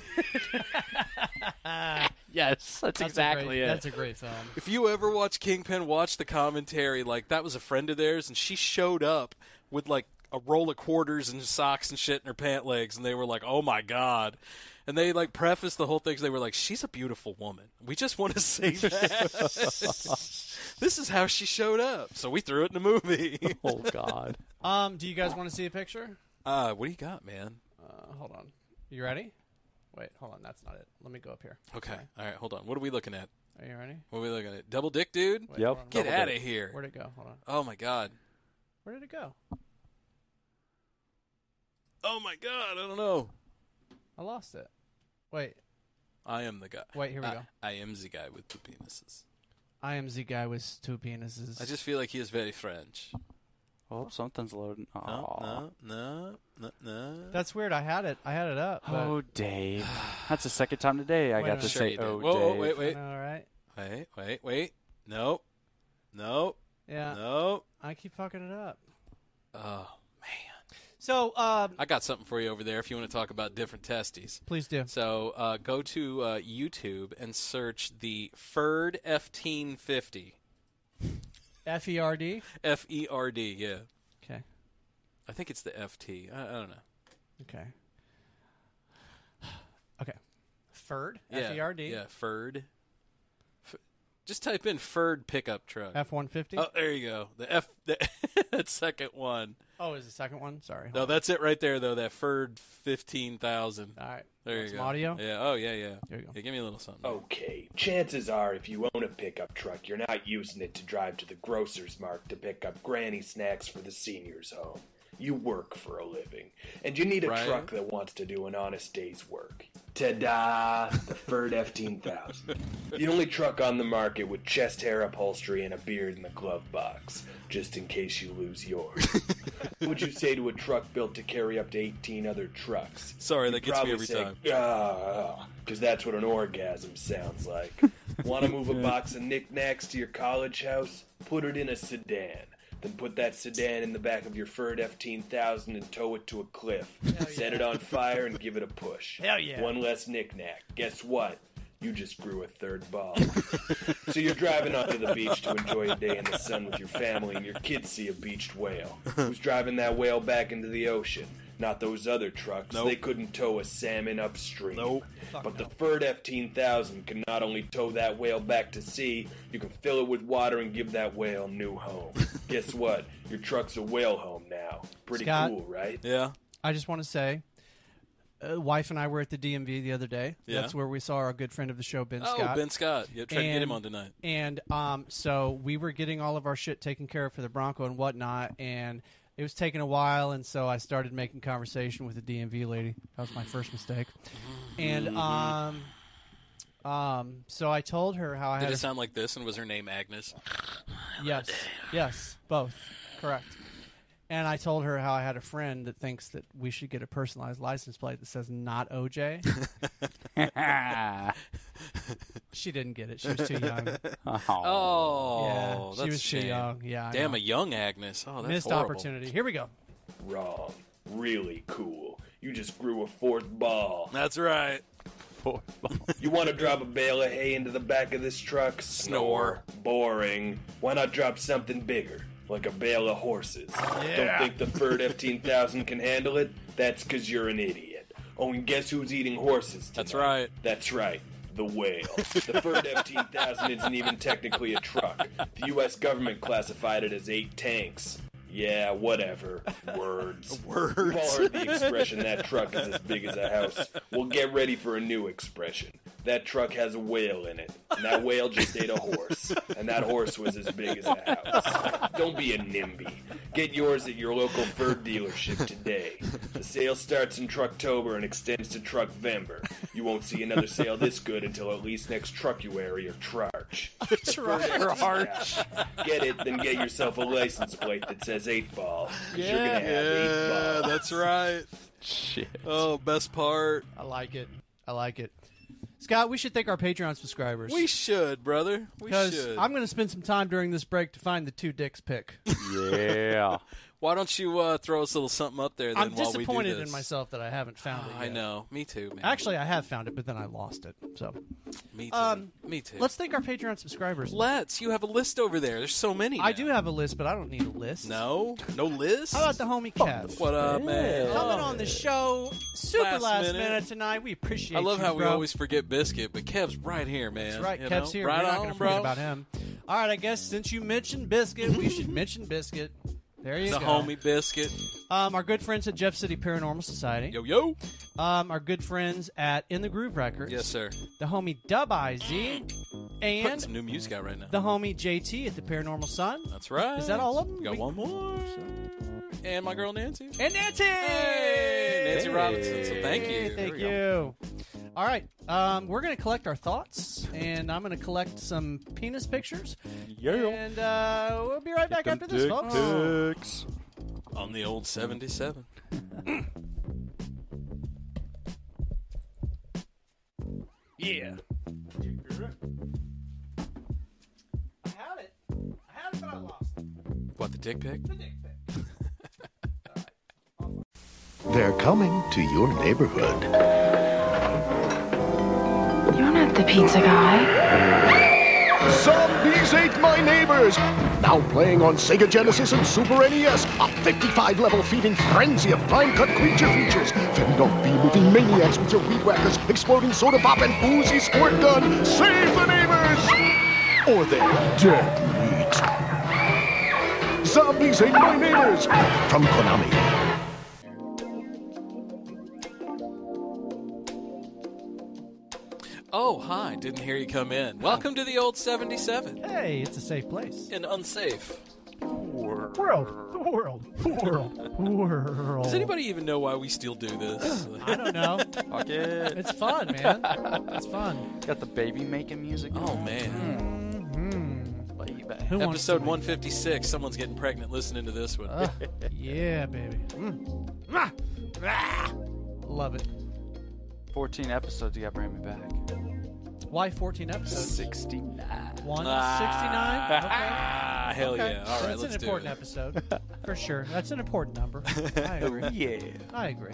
D: yeah. yes, that's,
C: That's a great- That's a great film.
B: If you ever watch Kingpin, watch the commentary. Like that was a friend of theirs, and she showed up with like a roll of quarters and socks and shit in her pant legs, and they were like, "Oh my god." And they like prefaced the whole thing. 'cause They were like, "She's a beautiful woman. We just want to say that this is how she showed up." So we threw it in the movie.
D: oh God.
C: Um, do you guys want to see a picture?
B: uh, what do you got, man?
C: Uh, hold on. You ready? Wait, hold on. That's not it. Let me go up here.
B: Okay, all right, hold on. What are we looking at?
C: Are you ready?
B: What are we looking at? Double dick, dude.
C: Wait,
D: Yep.
C: hold on.
B: Get
D: Double
B: out
D: dick.
B: of here.
C: Where'd it go? Hold on.
B: Oh my god.
C: Where did it go?
B: Oh my god. I don't know.
C: I lost it. Wait,
B: I am the guy.
C: wait. Here we
B: I,
C: go.
B: I am the guy with the penises.
C: I am the guy with two penises.
B: I just feel like he is very French.
D: Oh, something's loading.
B: No,
D: Aw.
B: no, no, no, no.
C: That's weird. I had it. I had it up. But...
D: Oh, Dave. That's the second time today I
C: Wait a
D: got to
C: minute.
B: Sure
D: say,
B: you did.
D: oh,
B: Whoa, whoa,
D: Dave.
B: wait, wait,
C: All right.
B: wait, wait, wait. No, no,
C: Yeah.
B: no.
C: I keep fucking it up.
B: Oh,
C: So, um,
B: I got something for you over there if you want to talk about different testes.
C: please do.
B: So uh, go to uh, YouTube and search the FERD F-teen-fifty.
C: F E R D.
B: F-E-R-D, yeah.
C: Okay.
B: I think it's the F-T. I, I don't know.
C: Okay. Okay. Ferd.
B: Yeah,
C: F E R D.
B: Yeah, FERD. F- just type in FERD pickup truck.
C: F one fifty.
B: oh, there you go. The F, the that second one.
C: Oh, is the second one? Sorry.
B: No, that's it right there, though. That Ferd fifteen thousand.
C: All right.
B: There
C: Want
B: you
C: some
B: go.
C: Audio.
B: Yeah. Oh yeah, yeah.
C: There you go.
B: Yeah, give me a little something. Oh,
E: Okay, chances are if you own a pickup truck, you're not using it to drive to the grocer's mart to pick up granny snacks for the seniors home. You work for a living, and you need a
B: Right.
E: truck that wants to do an honest day's work. Ta da! The Ferd F10000. The only truck on the market with chest hair upholstery and a beard in the glove box, just in case you lose yours. what would you say to a truck built to carry up to 18 other trucks?
B: Sorry, that gets me
E: probably
B: every
E: say,
B: time.
E: because that's what an orgasm sounds like. Want to move a box of knickknacks to your college house? Put it in a sedan. Then put that sedan in the back of your Ford F-10000 and tow it to a cliff. Set it on fire and give it a push. Hell
C: yeah.
E: One less knickknack. Guess what? You just grew a third ball. so you're driving onto the beach to enjoy a day in the sun with your family, and your kids see a beached whale. Who's driving that whale back into the ocean? Not those other trucks. They couldn't tow a salmon upstream.
B: Nope.
E: But the Ferd F-10000 can not only tow that whale back to sea, you can fill it with water and give that whale a new home. Guess what? Your truck's a whale home now. Pretty
C: Scott?
E: cool, right?
B: Yeah.
C: I just want to say, uh, wife and I were at the DMV the other day.
B: Yeah.
C: That's where we saw our good friend of the show, Ben
B: Oh,
C: Scott.
B: Ben Scott. Yeah, try to get him
C: And-
B: on tonight.
C: And um, so we were getting all of our shit taken care of for the Bronco and whatnot, and it was taking a while, and so I started making conversation with the DMV lady. That was my first mistake.
B: Mm-hmm.
C: And um, um, so I told her how I
B: Did
C: had
B: it
C: a-
B: sound like this? And was her name Agnes?
C: Yes. Yes. Both. Correct. And I told her how I had a friend that thinks that we should get a personalized license plate that says not OJ. she didn't get it. She was too young.
D: Aw.
B: Oh,
C: yeah.
B: that's
C: she was
B: a shame.
C: too young. Yeah. I
B: Damn,
C: know.
B: a young Agnes. Oh, that's
C: Missed
B: horrible.
C: opportunity. Here we go.
E: Wrong. Really cool. You just grew a fourth ball.
B: That's right.
E: You want to drop a bale of hay into the back of this truck? Snore. Boring. Why not drop something bigger? Like a bale of horses. Don't think the Ferd F10000 can handle it? That's because you're an idiot. Oh, and guess who's eating horses tonight?
B: That's right.
E: That's right. the whale. The third F-10,000 isn't even technically a truck. The U.S. government classified it as eight tanks. Yeah, whatever. Words. Words. We've all heard the expression, that truck is as big as a house. Well, get ready for a new expression. That truck has a whale in it, and that whale just ate a horse, and that horse was as big as a house. Don't be a NIMBY. Get yours at your local fur dealership today. The sale starts in Trucktober and extends to Truckvember. You won't see another sale this good until at least next Truckuary or Trarch. Trarch. Get it, then get yourself a license plate that says 8 Ball. 'cause you're gonna have 8
F: Yeah,
E: Ball.
F: that's right.
D: Shit.
F: Oh, best part.
C: I like it. I like it. Scott, we should thank our Patreon subscribers.
F: We should, brother. We
C: because
F: should.
C: I'm going to spend some time during this break to find the two dicks pick.
D: Yeah.
B: Why don't you uh, throw us a little something up there? Then
C: I'm
B: while we
C: disappointed
B: do this?
C: in myself that I haven't found it.
B: I
C: yet.
B: know. Me too, man.
C: Actually, I have found it, but then I lost it. So
B: me too.
C: um,
B: me too.
C: let's thank our Patreon subscribers.
B: Let's. You have a list over there. There's so many.
C: I
B: now.
C: do have a list, but I don't need a list.
B: No, no list.
C: How about the homie Kev?
B: what up, man?
C: Coming on the show super
B: uh, Last
C: last,
B: minute.
C: minute. tonight. We appreciate.
B: I love
C: you,
B: how we
C: bro.
B: always forget Biscuit, but Kev's right here, man.
C: That's right,
B: You
C: Kev's
B: know?
C: here.
B: Right
C: We're not
B: on,
C: gonna
B: bro.
C: forget about him. All right, I guess since you mentioned Biscuit, we should mention Biscuit. There you
B: The
C: go.
B: homie Biscuit.
C: Um, our good friends at Jeff City Paranormal Society.
B: Yo, yo.
C: Um, our good friends at In the Groove Records.
B: Yes, sir.
C: The homie Dub IZ.
B: Putting
C: And
B: some new music out right now.
C: the homie JT at the Paranormal Sun.
B: That's right.
C: Is that all of 'em?
B: We got
C: We-
B: one more. And my girl Nancy.
C: And Nancy!
B: Hey, Nancy Robinson. So thank you.
C: Hey,
B: There
C: thank
B: we go.
C: you. All right, um, we're gonna collect our thoughts, and I'm gonna collect some penis pictures, and uh, we'll be right back after this, folks.
B: On the old 77.
E: Yeah.
C: I had it, I had it, but I lost it.
B: What, the dick pic?
C: The dick pic.
G: They're coming to your neighborhood.
H: You're not the pizza guy.
G: Zombies ate my neighbors! Now playing on Sega Genesis and Super NES, a 55 level feeding frenzy of prime cut creature features. Fend off bee moving maniacs with your weed whackers, exploding soda pop, and oozy squirt gun. Save the neighbors! Or their dead meat. Zombies ate my neighbors! From Konami.
B: Oh, hi. Didn't hear you come in. Welcome to the old 77.
C: Hey, it's a safe place.
B: And unsafe.
C: World, world, world, world.
B: Does anybody even know why we still do this?
C: I don't know.
D: Fuck it.
C: It's fun, man. It's fun.
D: Got the baby making music.
B: oh, man.
D: Baby.
C: Who wants
B: Episode
C: to-
B: 156. Someone's getting pregnant listening to this one.
C: Ah, yeah, baby. Mm. Ah, ah. Love it.
D: 14 episodes. You got to bring me back.
C: Why 14 episodes?
D: 69.
C: 169? Okay.
B: Ah, hell
C: Okay.
B: yeah. All right,
C: That's
B: let's
C: an
B: do
C: important
B: it.
C: episode. For sure. That's an important number. I
B: Oh,
C: agree.
D: Yeah.
C: I agree.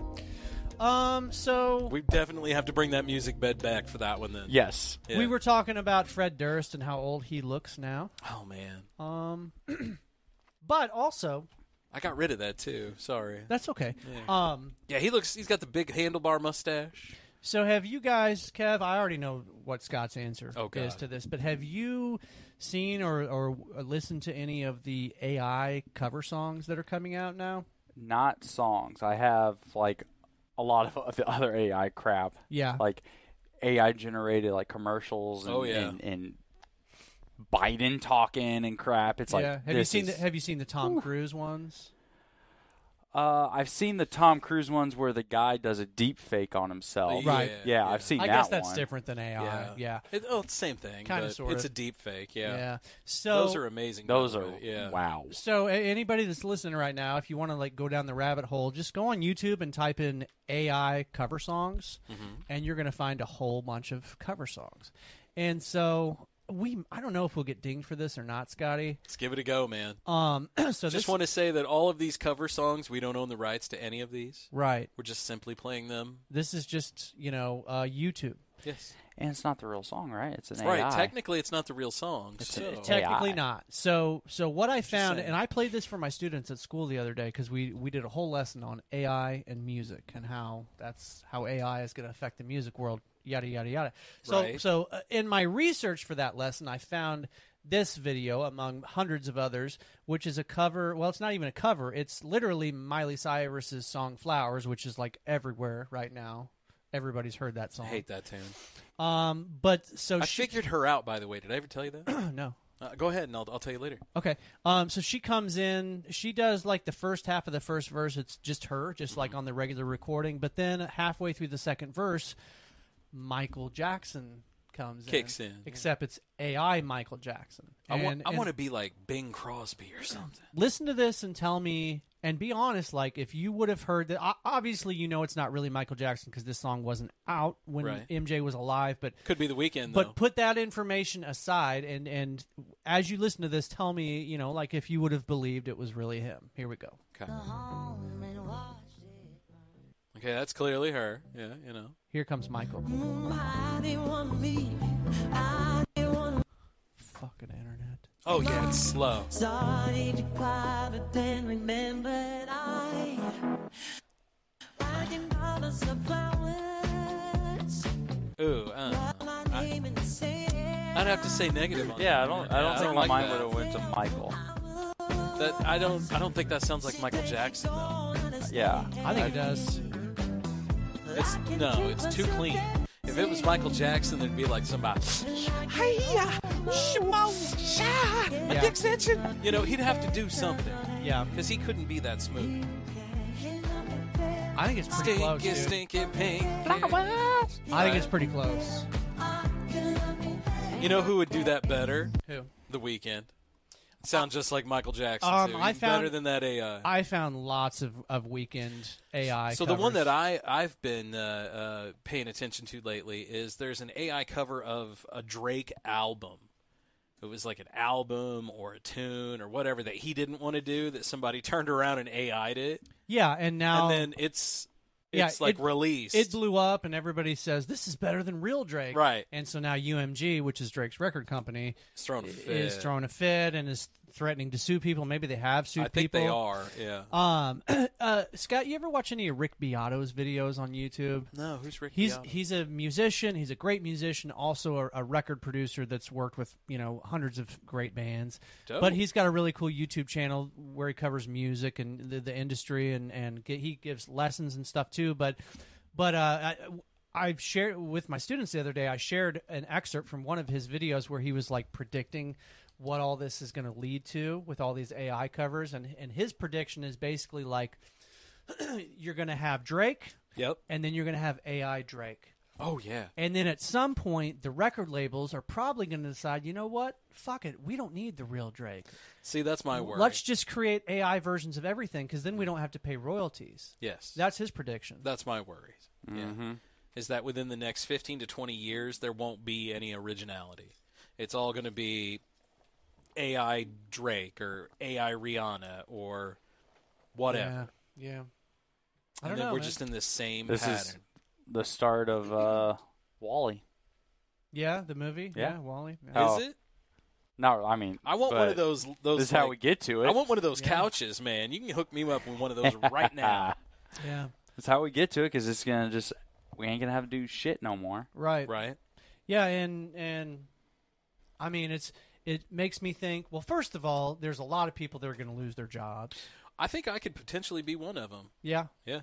C: Um, so we,
B: We definitely have to bring that music bed back for that one then.
D: Yes.
B: Yeah.
C: were talking about Fred Durst and how old he looks now.
B: Oh man,
C: Um, but also,
B: I got rid of that too. Sorry.
C: that's okay. Um,
B: Yeah, he looks. He's got the big handlebar mustache.
C: so have you guys, Kev, I already know what Scott's answer
B: Oh, God.
C: is to this, but have you seen or, or listened to any of the AI cover songs that are coming out now?
D: Not songs. I have like a lot of the other AI crap.
C: Yeah.
D: Like AI generated like commercials and,
B: Oh, yeah.
D: and, and Biden talking and crap. It's like
C: yeah. Have you
D: this
C: seen
D: is-
C: the Have you seen the Tom Cruise ones?
D: Uh, I've seen the Tom Cruise ones where the guy does a deep fake on himself.
C: Yeah. Right.
D: Yeah, I've seen
C: I
D: that
C: guess that's
D: one.
C: different than AI. Yeah. Yeah.
B: It, oh, it's the same thing.
C: Kinda,
B: but
C: sorta.
B: It's a deep fake. Yeah.
C: So
B: Those are amazing. by
D: Those
B: the
D: are
B: way. Yeah.
D: wow.
C: so a- anybody that's listening right now, if you want to like go down the rabbit hole, just go on YouTube and type in AI cover songs, and you're going to find a whole bunch of cover songs. And so we, I don't know if we'll get dinged for this or not, Scotty.
B: Let's give it a go, man.
C: Um, so
B: Just
C: this
B: want to say that all of these cover songs, we don't own the rights to any of these.
C: right.
B: We're just simply playing them.
C: This is just you know uh, YouTube.
B: Yes.
D: And it's not the real song, right? It's an AI.
B: Right. Technically, it's not the real song. so.
D: it's tech-
C: Technically
D: AI.
C: not. So so what I found,
B: Oh, saying.
C: and I played this for my students at school the other day because we we did a whole lesson on AI and music and how that's how AI is going to affect the music world. yada yada yada. So
B: Right.
C: so uh, in my research for that lesson, I found this video among hundreds of others, which is a cover. Well, it's not even a cover. It's literally Miley Cyrus's song "Flowers," which is like everywhere right now. Everybody's heard that
B: I
C: song.
B: hate that tune.
C: Um, but so
B: I
C: she Oh,
B: figured her out, by the way. Did I ever tell you that?
C: no.
B: Uh, go ahead, and I'll, I'll tell you later.
C: Okay. Um, so she comes in. She does like the first half of the first verse. It's just her, just
B: Mm-hmm.
C: like on the regular recording. But then halfway through the second verse, Michael Jackson comes
B: Kicks
C: in.
B: in.
C: Except it's AI Michael Jackson.
B: I want,
C: And-
B: I
C: and
B: want to be like Bing Crosby or something.
C: listen to this and tell me and be honest. Like if you would have heard that, o- obviously you know it's not really Michael Jackson because this song wasn't out when
B: Right.
C: MJ was alive. But
B: Could be the weekend, though.
C: but put that information aside and and as you listen to this, tell me you know like if you would have believed it was really him. Here we go.
B: okay. okay, that's clearly her. Yeah, you know.
C: Here comes Michael. Fucking internet.
B: Oh, yeah, it's slow. Ooh, uh, I'd have to say negative on
D: Yeah, I
B: that.
D: don't. I don't think my
B: like that.
D: mind would have went to Michael.
B: That- I don't. I don't think that sounds like Michael Jackson though.
D: Yeah,
C: I think it does.
B: It's no. It's too clean. If it was Michael Jackson, there'd be like somebody.
C: Yeah.
B: You know, he'd have to do something
C: yeah.
B: because he couldn't be that smooth.
C: I think it's pretty close.
B: Stinky,
C: Dude.
B: stinky pink.
C: I think it's pretty close.
B: You know who would do that better?
C: Who?
B: The Weekend. Sound just like Michael Jackson.
C: Um,
B: too.
C: I
B: He's
C: found-
B: better than that AI.
C: I found lots of, of weekend AI.
B: so the one
C: covers.
B: that I I've been uh, uh, paying attention to lately is there's an AI cover of a Drake album. It was like an album or a tune or whatever that he didn't want to do that somebody turned around and AI'd it,
C: yeah, and now
B: and then it's
C: Oh. yeah,
B: it's like
C: it-
B: released.
C: it blew up, and everybody says this is better than real Drake,
B: Right.
C: And so now UMG, which is Drake's record company,
B: It's thrown a fit.
C: is throwing a fit and is threatening to sue people. Maybe they have
B: I
C: sued
B: think
C: people.
B: they are. Yeah.
C: Um, uh, Scott, you ever watch any of Rick Beato's videos on YouTube?
B: no, who's Ricky?
C: He's
B: Allen?
C: he's a musician. He's a great musician, also a, a record producer that's worked with you know hundreds of great bands.
B: Dope.
C: But he's got a really cool YouTube channel where he covers music and the, the industry, and and g he gives lessons and stuff too. But but uh, I, I've shared with my students the other day. I shared an excerpt from one of his videos where he was like predicting what all this is going to lead to with all these AI covers, and and his prediction is basically like you're going to have Drake
B: Yep.
C: and then you're going to have AI Drake.
B: Oh yeah.
C: And then at some point, the record labels are probably going to decide, you know what? Fuck it. We don't need the real Drake.
B: See, that's my worry.
C: Let's just create AI versions of everything because then we don't have to pay royalties.
B: yes.
C: That's his prediction.
B: That's my worries.
D: Mm-hmm.
B: Yeah. Is that within the next 15 to 20 years, there won't be any originality. It's all going to be AI Drake or AI Rihanna or whatever.
C: yeah. Yeah. I
B: and
C: don't
B: then
C: know.
B: we're
C: man.
B: just in this same
D: This
B: pattern.
D: is- the start of uh, Wally.
C: yeah, the movie. Yeah,
D: Yeah.
C: Wally. Yeah.
D: How- Oh.
B: Is it?
D: No, I mean,
B: I want one
D: but
B: of those. those
D: This is how
B: like-
D: we get to it.
B: I want one of those couches, man. You can hook me up with one of those right now.
C: Yeah.
D: That's how we get to it because it's gonna just we ain't gonna have to do shit no more.
C: Right.
B: Right?
C: Yeah, and and I mean it's it makes me think. Well, first of all, there's a lot of people that are going to lose their jobs.
B: I think I could potentially be one of them.
C: Yeah,
B: Yeah.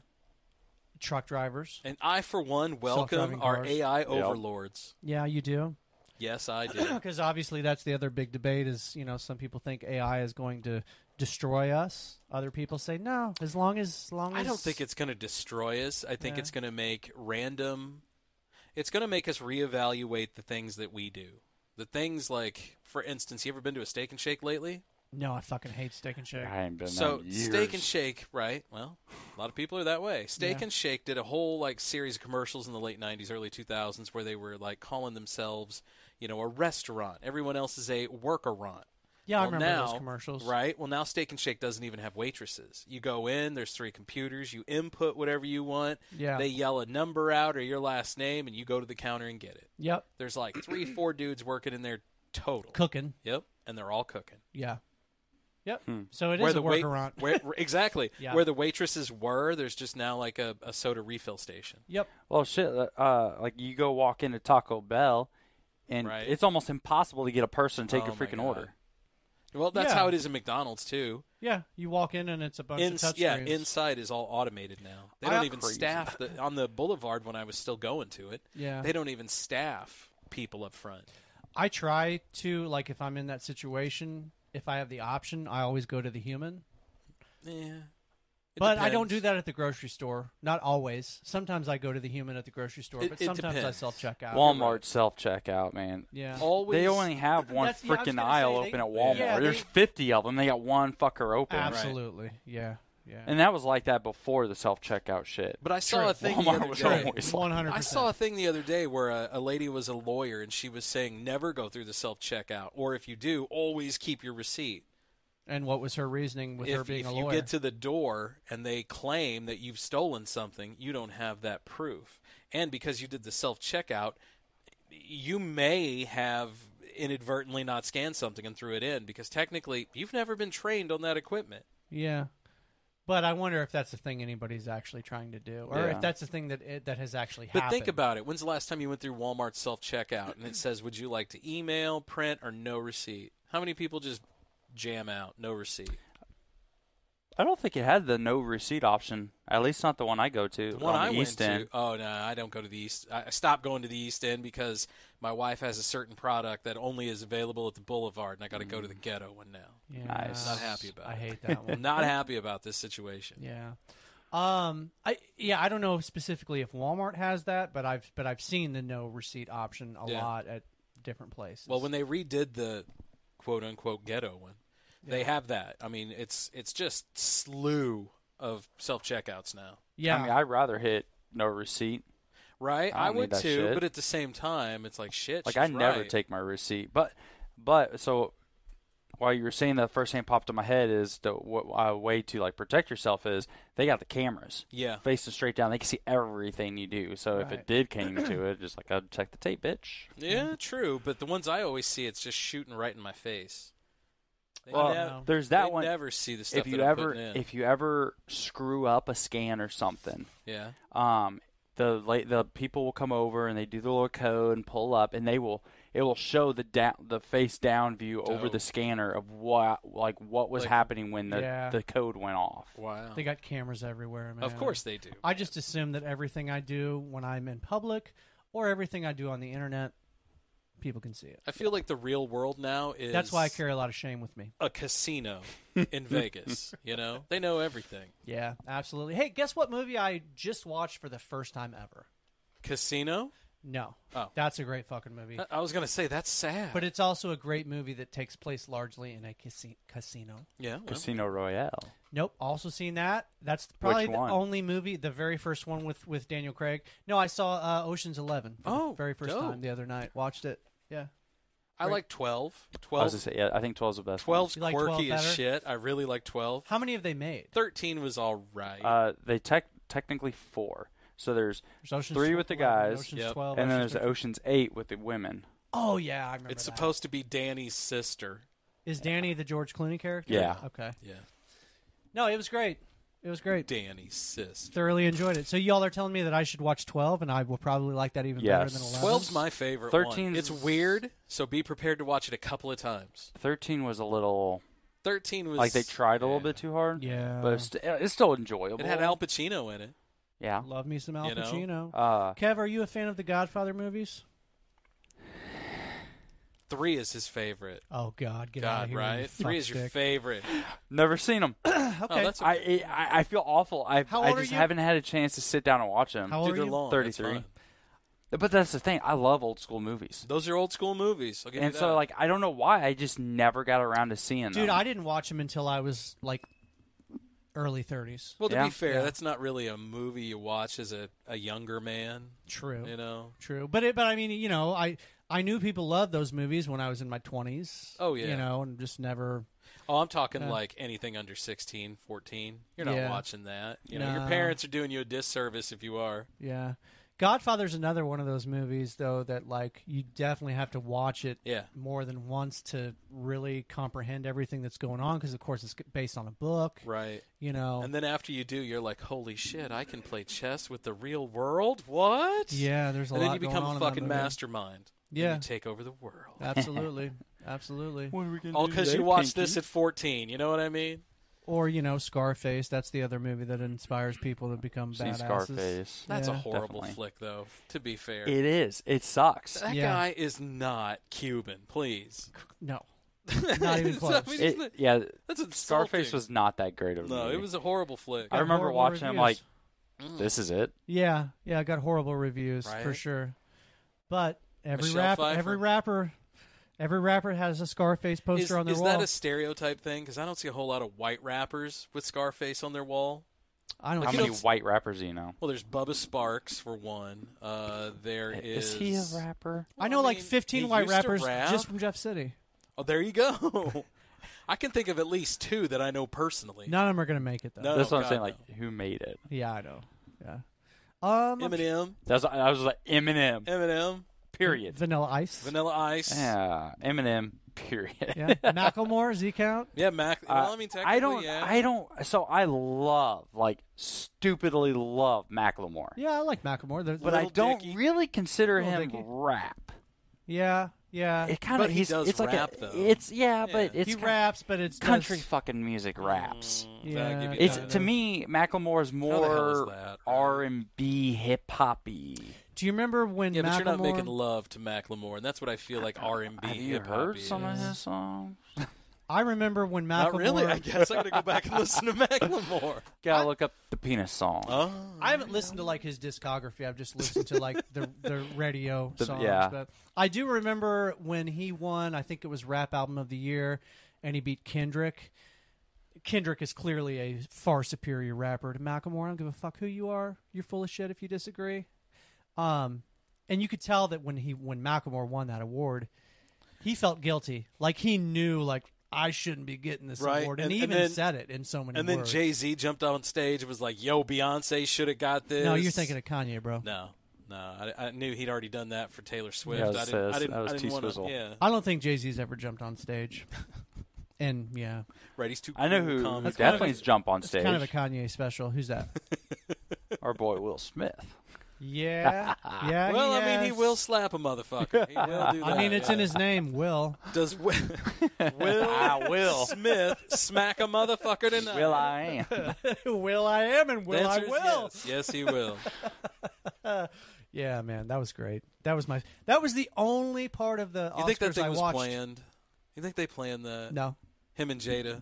C: truck drivers.
B: And I, for one, welcome
C: Self-driving
B: our
C: cars.
B: AI overlords.
C: Yeah, you do.
B: Yes, I do.
C: because obviously that's the other big debate is you know some people think AI is going to destroy us. Other people say no, as long as, as long as
B: I don't think it's going to destroy us. I think
C: Yeah.
B: it's going to make random. It's going to make us reevaluate the things that we do. The things like, for instance, you ever been to a Steak and Shake lately?
C: No, I fucking hate Steak and Shake.
D: I ain't been
B: so
D: there in years.
B: Steak and Shake, right? Well, a lot of people are that way. Steak
C: Yeah.
B: and Shake did a whole like series of commercials in the late '90s, early 2000s, where they were like calling themselves, you know, a restaurant. Everyone else is a workerant.
C: Yeah, I
B: Well,
C: remember
B: now,
C: those commercials.
B: Right. Well, now Steak and Shake doesn't even have waitresses. You go in, there's three computers, you input whatever you want.
C: Yeah.
B: They yell a number out or your last name, and you go to the counter and get it.
C: Yep,
B: There's like three, four dudes working in there total.
C: cooking.
B: Yep. And they're all cooking.
C: Yeah, Yep. So it is
B: Hmm. where
C: a
B: the wait,
C: workaround.
B: where, where- exactly
C: Yeah.
B: where the waitresses were, there's just now like a, a soda refill station.
C: Yep.
D: Well, shit, uh, like you go walk into Taco Bell, and
B: Right.
D: it's almost impossible to get a person to take
B: Oh
D: your
B: my
D: freaking
B: God.
D: order.
B: Well, that's
C: Yeah.
B: how it is in McDonald's too.
C: Yeah. You walk in and it's a bunch
B: In,
C: of touch
B: yeah,
C: screens.
B: inside is all automated now. They
D: I-
B: don't even
D: Crazy.
B: staff the on the boulevard when I was still going to it.
C: Yeah.
B: They don't even staff people up front.
C: I try to like if I'm in that situation, if I have the option, I always go to the human.
B: Yeah. It
C: but I
B: depends.
C: don't do that at the grocery store. Not always. Sometimes I go to the human at the grocery store,
B: It-
C: but
B: it
C: sometimes I
B: depends.
C: self check out.
D: Walmart self checkout, man.
C: Yeah.
B: Always
D: They only have one
C: That's- yeah, I was
D: freaking
C: gonna say,
D: aisle
C: they-
D: open at Walmart.
C: yeah,
D: There's
C: they-
D: 50 of them. They got one fucker open.
C: Absolutely. Yeah. Yeah.
D: And that was like that before the self checkout shit.
B: But I saw
C: True.
B: a thing the
D: Walmart
B: other
D: was
B: day.
D: always
C: One hundred
B: I
C: percent.
B: saw a thing the other day where a, a lady was a lawyer and she was saying never go through the self checkout, or if you do, always keep your receipt.
C: And what was her reasoning with
B: if
C: her being
B: if
C: a
B: you
C: lawyer?
B: get to the door and they claim that you've stolen something, you don't have that proof. And because you did the self checkout, you may have inadvertently not scanned something and threw it in because technically you've never been trained on that equipment.
C: yeah. But I wonder if that's the thing anybody's actually trying to do, or
D: Yeah.
C: if that's the thing that it, that has actually
B: But
C: happened.
B: think about it. When's the last time you went through Walmart self checkout and it says, "Would you like to email, print, or no receipt?" How many people just jam out no receipt?
D: I don't think it had the no receipt option. At least not the one I go to.
B: The one
D: on
B: I
D: the
B: went
D: East End.
B: to. Oh no, I don't go to the east. I I stopped going to the east end because my wife has a certain product that only is available at the Boulevard, and I got to go
D: Mm.
B: to the ghetto one now.
C: Yeah.
D: Nice.
B: Not happy about
C: I
B: it.
C: hate that one.
B: I'm not happy about this situation.
C: Yeah. Um I yeah, I don't know specifically if Walmart has that, but I've but I've seen the no receipt option a
B: Yeah.
C: lot at different places.
B: Well, when they redid the quote unquote ghetto one, they have that. I mean, it's it's just slew of self checkouts now.
C: yeah,
D: I mean, I'd rather hit no receipt.
B: Right,
D: I
B: I,
D: don't need
B: would
D: that
B: too,
D: shit.
B: but at the same time, it's like shit.
D: Like
B: she's
D: I never
B: right.
D: take my receipt. But but so while you were saying that, first thing popped in my head is the what, uh, way to like protect yourself is they got the cameras
B: Yeah,
D: facing straight down. They can see everything you do. So if
C: Right.
D: it did came to it, just like I'd check the tape, bitch.
B: yeah, true. But the ones I always see, it's just shooting right in my face. They
D: Well,
B: nev-
C: no.
D: there's that
B: they
D: one.
B: Never see the stuff
D: if you
B: that I'm
D: ever
B: putting in.
D: if you ever screw up a scan or something,
B: yeah,
D: um, the la- the people will come over and they do the little code and pull up, and they will it will show the da- the face down view over
B: Dope.
D: the scanner of what like what was
B: Like-
D: happening when the
C: Yeah.
D: the code went off.
B: wow.
C: they got cameras everywhere, man.
B: Of course they do.
C: I just assume that everything I do when I'm in public or everything I do on the internet, people can see it.
B: I feel like the real world now is
C: That's why I carry a lot of shame with me.
B: a casino in Vegas. You know, they know everything.
C: Yeah, absolutely. Hey, guess what movie I just watched for the first time ever?
B: Casino.
C: No.
B: Oh. Uh,
C: That's a great fucking movie.
B: I- I was gonna say that's sad,
C: But it's also a great movie that takes place largely in a casi- casino.
B: yeah, well,
D: Casino Royale.
C: Nope. Also seen that. That's probably the
D: one?
C: only movie, the very first one with with Daniel Craig. No, I saw uh, Ocean's Eleven. For
B: Oh,
C: the very first
B: dope.
C: time the other night. Watched it. Yeah.
B: I like twelve.
D: I was
B: Twelve.
D: gonna say, yeah, I think 12's the best. one.
B: 12's
C: You like 12
B: quirky as
C: better?
B: shit. I really like twelve.
C: How many have they made?
B: 13 was all right.
D: Uh, they tech technically four. So there's
C: There's Ocean's
D: three with the
C: 11,
D: guys,
C: Ocean's
B: Yep.
C: Twelve,
D: and then
C: Ocean's
D: there's Ocean's Eight with the women.
C: Oh yeah, I remember.
B: it's
C: that.
B: supposed to be Danny's sister.
C: Is Danny the George Clooney character?
D: Yeah.
C: Okay.
B: Yeah.
C: No, it was great. It was great.
B: Danny's sister.
C: Thoroughly enjoyed it. So y'all are telling me that I should watch Twelve, and I will probably like that even better
D: Yes.
C: than Eleven.
B: 12's my favorite
D: 13
B: one. It's
D: is-
B: weird, so be prepared to watch it a couple of times.
D: Thirteen was a little
B: 13 was
D: like they tried a little
B: yeah.
D: bit too hard.
C: Yeah.
D: but it's, st- it's still enjoyable.
B: It had Al Pacino in it.
D: yeah.
C: Love me some Al
B: You know?
C: Pacino.
D: Uh,
C: Kev, are you a fan of the Godfather movies?
B: 3 is his favorite.
C: Oh God, get out
B: God,
C: of here! you
B: right? 3 is your
C: fuckstick.
B: favorite.
D: never seen them.
B: Oh, that's
D: I, I I feel awful. I
C: How
D: I
C: old are
D: just
C: you?
D: haven't had a chance to sit down and watch them.
C: How old
B: Dude,
C: are
B: they're
C: you?
B: long. that's
D: 33.
B: fine.
D: But that's the thing. I love old school movies,
B: Those are old school movies. I'll give you
D: and so
B: that.
D: like I don't know why I just never got around to seeing them.
C: Dude, I didn't watch him until I was like early 30s.
B: well, to
D: Yeah.
B: be fair,
C: Yeah.
B: that's not really a movie you watch as a, a younger man.
C: True,
B: You know,
C: true. But it, but I mean, you know, I I knew people loved those movies when I was in my 20s.
B: Oh, yeah.
C: you know, and just never.
B: Oh, I'm talking like anything under 16, 14. You're not
C: Yeah.
B: watching that. You know,
C: No.
B: your parents are doing you a disservice if you are.
C: Yeah, Godfather's another one of those movies though that like you definitely have to watch it
B: Yeah.
C: more than once to really comprehend everything that's going on because of course it's based on a book,
B: Right.
C: you know.
B: And then after you do, you're like, holy shit, I can play chess with the real world? What?
C: yeah, there's a
B: And
C: lot
B: then you become
C: going on
B: a
C: in that
B: fucking
C: movie.
B: mastermind. And
C: Yeah.
B: you take over the world.
C: Absolutely. Absolutely.
B: All because
D: today,
B: you watched this
D: Pinky?
B: at 14. You know what I mean?
C: Or, you know, Scarface, that's the other movie that inspires people to become
D: Seen
C: badasses.
D: Scarface.
B: That's a
C: Yeah.
B: horrible
D: Definitely.
B: flick, though, to be fair.
D: It is. It sucks.
B: that
C: Yeah.
B: guy is not Cuban, please.
C: No. Not even
B: So, I
C: close.
B: mean, it's
D: It,
B: not-
D: yeah,
B: that's insulting.
D: Scarface was not that great of a
B: No,
D: movie.
B: it was a horrible flick.
D: I remember
C: Horrible
D: watching. I'm like,
C: reviews.
D: this is it.
C: Yeah, yeah, I got horrible reviews for
B: Right?
C: sure. But every
B: Michelle
C: rap,
B: Pfeiffer.
C: every rapper, every rapper has a Scarface poster
B: Is,
C: on their
B: is
C: wall.
B: that a stereotype thing? Because I don't see a whole lot of white rappers with Scarface on their wall.
C: I don't
D: How
B: you
D: many
B: don't s-
D: white rappers do you know?
B: Well, there's Bubba Sparks for one. Uh, there is.
D: Is he a rapper?
C: I know
B: I
C: like
B: mean,
C: 15
B: he
C: white
B: used to
C: rappers
B: rap.
C: just from Jeff City.
B: Oh, there you go. I can think of at least two that I know personally.
C: None of them are going to make it though.
B: No.
D: That's what I'm
B: Oh, God,
D: saying. Like, who made it?
C: Yeah, I know. Yeah. Um
B: Eminem,
D: That's. I was like Eminem.
B: Eminem,
D: Period.
C: Vanilla Ice.
B: Vanilla Ice.
D: Yeah, Eminem. Period.
C: yeah. Macklemore, Z Count.
B: Yeah, Mac.
D: Uh,
B: well, I mean, technically,
D: I don't.
B: yeah.
D: I don't. So I love, like, stupidly love Macklemore,
C: Yeah, I like Macklemore. They're-
D: but I
B: Little
D: don't
B: Dicky.
D: really consider
C: Little
D: him
C: Dicky.
D: rap.
C: Yeah, yeah.
D: It kind of.
B: But he
D: He's.
B: does
D: it's like
B: rap,
D: a,
B: though.
D: It's yeah, but
B: Yeah.
D: it's
C: he
D: kinda-
C: raps, but it's
D: country
C: Just,
D: fucking music raps.
B: Mm, I'll
C: Yeah,
B: give you
D: It's
B: that.
D: to me Macklemore is
B: How the hell is
D: more
B: that?
D: R and B hip hoppy.
C: do you remember when
B: Yeah, but
C: Macklemore?
B: you're not making love to Macklemore, and that's what I feel like R and B.
D: Have you heard some of his songs?
C: I remember when Macklemore.
B: Not really. I guess I gotta go back and listen to Macklemore.
D: Gotta look up the penis song.
B: Oh,
C: I haven't listened to like his discography. I've just listened to like the the radio
D: The-
C: songs.
D: yeah.
C: But I do remember when he won. I think it was Rap Album of the Year, and he beat Kendrick. Kendrick is clearly a far superior rapper to Macklemore. I don't give a fuck who you are. You're full of shit if you disagree. Um, and you could tell that when he when Macklemore won that award, he felt guilty. Like he knew like I shouldn't be getting this
B: Right,
C: award, and,
B: and-
C: he
B: and
C: even
B: then-
C: said it in so many.
B: And then
C: words.
B: Jay Z jumped on stage and was like, "Yo, Beyonce should have got this."
C: No, you're thinking of Kanye, bro.
B: no, no. I, I knew he'd already done that for Taylor Swift.
D: Yeah, I
B: I,
D: was
B: didn't.
D: gonna say,
B: I didn't.
D: that was
B: I didn't wanna-
D: T-Swizzle.
B: Yeah,
C: I don't think Jay Z's ever jumped on stage. and yeah,
B: right. He's too.
D: I know
B: cool,
D: who
B: calm,
D: who
B: and
D: definitely
B: collected.
D: jump on
C: it's
D: stage.
C: kind of a Kanye special. Who's that?
D: Our boy Will Smith.
C: yeah, yeah.
B: Well, I mean, he
C: has-
B: will slap a motherfucker. He will do that.
C: I mean, it's in
B: yeah.
C: his name, Will.
B: Does Will, will
D: I will.
B: Smith smack a motherfucker tonight?
D: Will I am.
C: will I am, and
B: The
C: Will I
B: answer is
C: will.
B: Yes. Yes, he will.
C: Yeah, man, that was great. That was my. That was the only part of the
B: You
C: Oscars
B: think that thing
C: I
B: was
C: watched.
B: planned? You think they planned that?
C: No,
B: Him and Jada.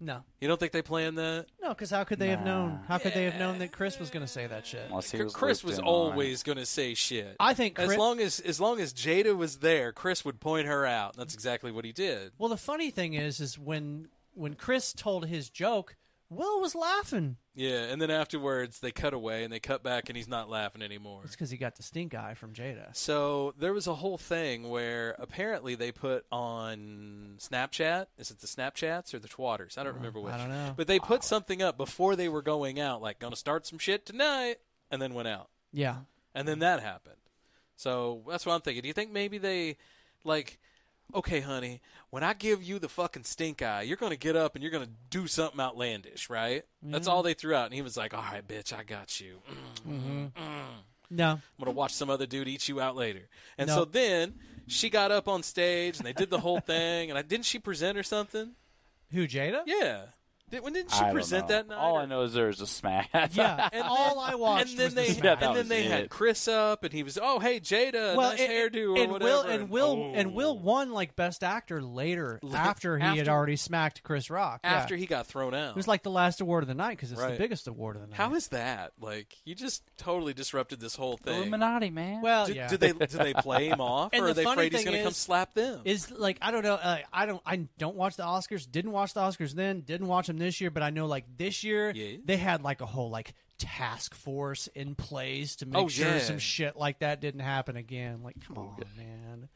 C: no,
B: You don't think they planned that?
C: no. Because how could they have known? How could they have known that Chris was going to say that shit?
D: Unless he was
B: Chris
D: looped
B: was
D: in
B: always going to say shit.
C: I think
B: as
C: Chris-
B: long as as long as Jada was there, Chris would point her out. That's exactly what he did.
C: Well, the funny thing is, is when when Chris told his joke, Will was laughing.
B: Yeah, and then afterwards they cut away and they cut back and he's not laughing anymore.
C: It's because he got the stink eye from Jada.
B: So there was a whole thing where apparently they put on Snapchat. Is it the Snapchats or the Twatters? I don't remember which.
C: Mm, I don't know.
B: But they put something up before they were going out, like gonna start some shit tonight, and then went out,
C: Yeah,
B: and
C: Mm.
B: then that happened. So that's what I'm thinking. Do you think maybe they, like, okay, honey, when I give you the fucking stink eye, you're gonna get up and you're gonna do something outlandish, right? That's all they threw out, and he was like, "All right, bitch, I got you."
C: no.
B: I'm gonna watch some other dude eat you out later. And
C: No.
B: so then she got up on stage and they did the whole thing. And I didn't she present or something?
C: Who Jada?
B: Yeah. Did, when didn't
D: on.
B: she
D: I don't
B: present
D: know.
B: that night?
D: All
B: or-
D: I know is there's a smash.
C: Yeah, and all I watched
B: and then
C: was
B: they
C: the
D: Yeah,
C: smash.
D: that
B: and then
D: was
B: they
D: it.
B: had Chris up and he was oh hey Jada nice
C: and-
B: hairdo or
C: and
B: whatever
C: Will and Will
B: oh.
C: and Will won like Best Actor later
B: Like,
C: after he had
B: after-
C: already smacked Chris Rock. Yeah.
B: after he got thrown out
C: it was like the last award of the night because it's the
B: Right.
C: biggest award of the night.
B: how is that like you just totally disrupted this whole thing
D: Illuminati man.
C: well?
B: do,
C: yeah,
B: do they do they play him off
C: And
B: or
C: the
B: are they
C: funny
B: afraid he's
C: thing
B: gonna come
C: is-
B: slap them
C: is like I don't know. Uh, I don't. I don't watch the Oscars. Didn't watch the Oscars then. Didn't watch them this year. But I know like this year
B: Yeah.
C: they had like a whole like task force in place to make
B: Oh,
C: sure
B: yeah.
C: some shit like that didn't happen again. Like come on, man.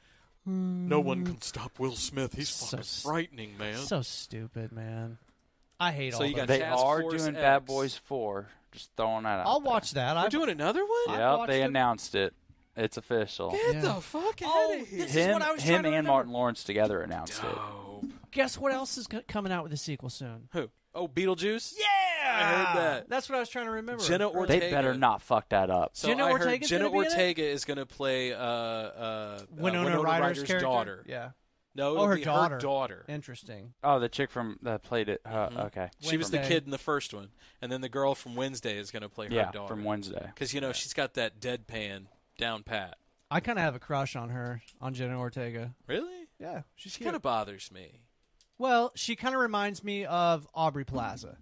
B: no one can stop Will Smith he's
C: So fucking s-
B: frightening man
C: So stupid, man. I hate
B: So
C: all
B: you got
C: those.
D: They
B: Task
D: are
B: Force
D: doing
B: X.
D: Bad Boys 4. Just throwing that out.
C: I'll watch that.
B: We're
C: I
B: doing another one.
C: I've
D: Yep, they
C: watched it.
D: announced it. It's official.
B: Get
C: Yeah.
B: the fuck
C: Oh,
B: out of here.
C: this is
D: him
C: what I was trying
D: him
C: to
D: and
C: remember.
D: Martin Lawrence together announced it.
B: Dope.
C: Guess what else is co- coming out with a sequel soon?
B: Who? Oh, Beetlejuice.
C: Yeah,
B: I heard that.
C: That's what I was trying to remember.
B: Jenna uh,
C: Or-
B: Ortega.
D: They better not fuck that up.
B: So
C: Jenna
B: I heard
C: Ortega's
B: Jenna
C: gonna be in it?
B: Ortega is going to play uh, uh, uh,
C: Winona, Ryder's,
B: Ryder's
C: character?
B: daughter.
C: Yeah.
B: No,
C: Oh,
B: it'll
C: her
B: be
C: daughter.
B: Her daughter.
C: Interesting.
D: Oh, the chick from that played it. Uh, Okay.
B: Mm-hmm. she was the
C: Wednesday.
B: kid in the first one, and then the girl from Wednesday is going to play
D: yeah,
B: her daughter.
D: from Wednesday.
B: Because you know she's got that deadpan down pat.
C: I kind of have a crush on her, on Jenna Ortega.
B: Really?
C: Yeah,
B: She kind of bothers me.
C: Well, she kind of reminds me of Aubrey Plaza.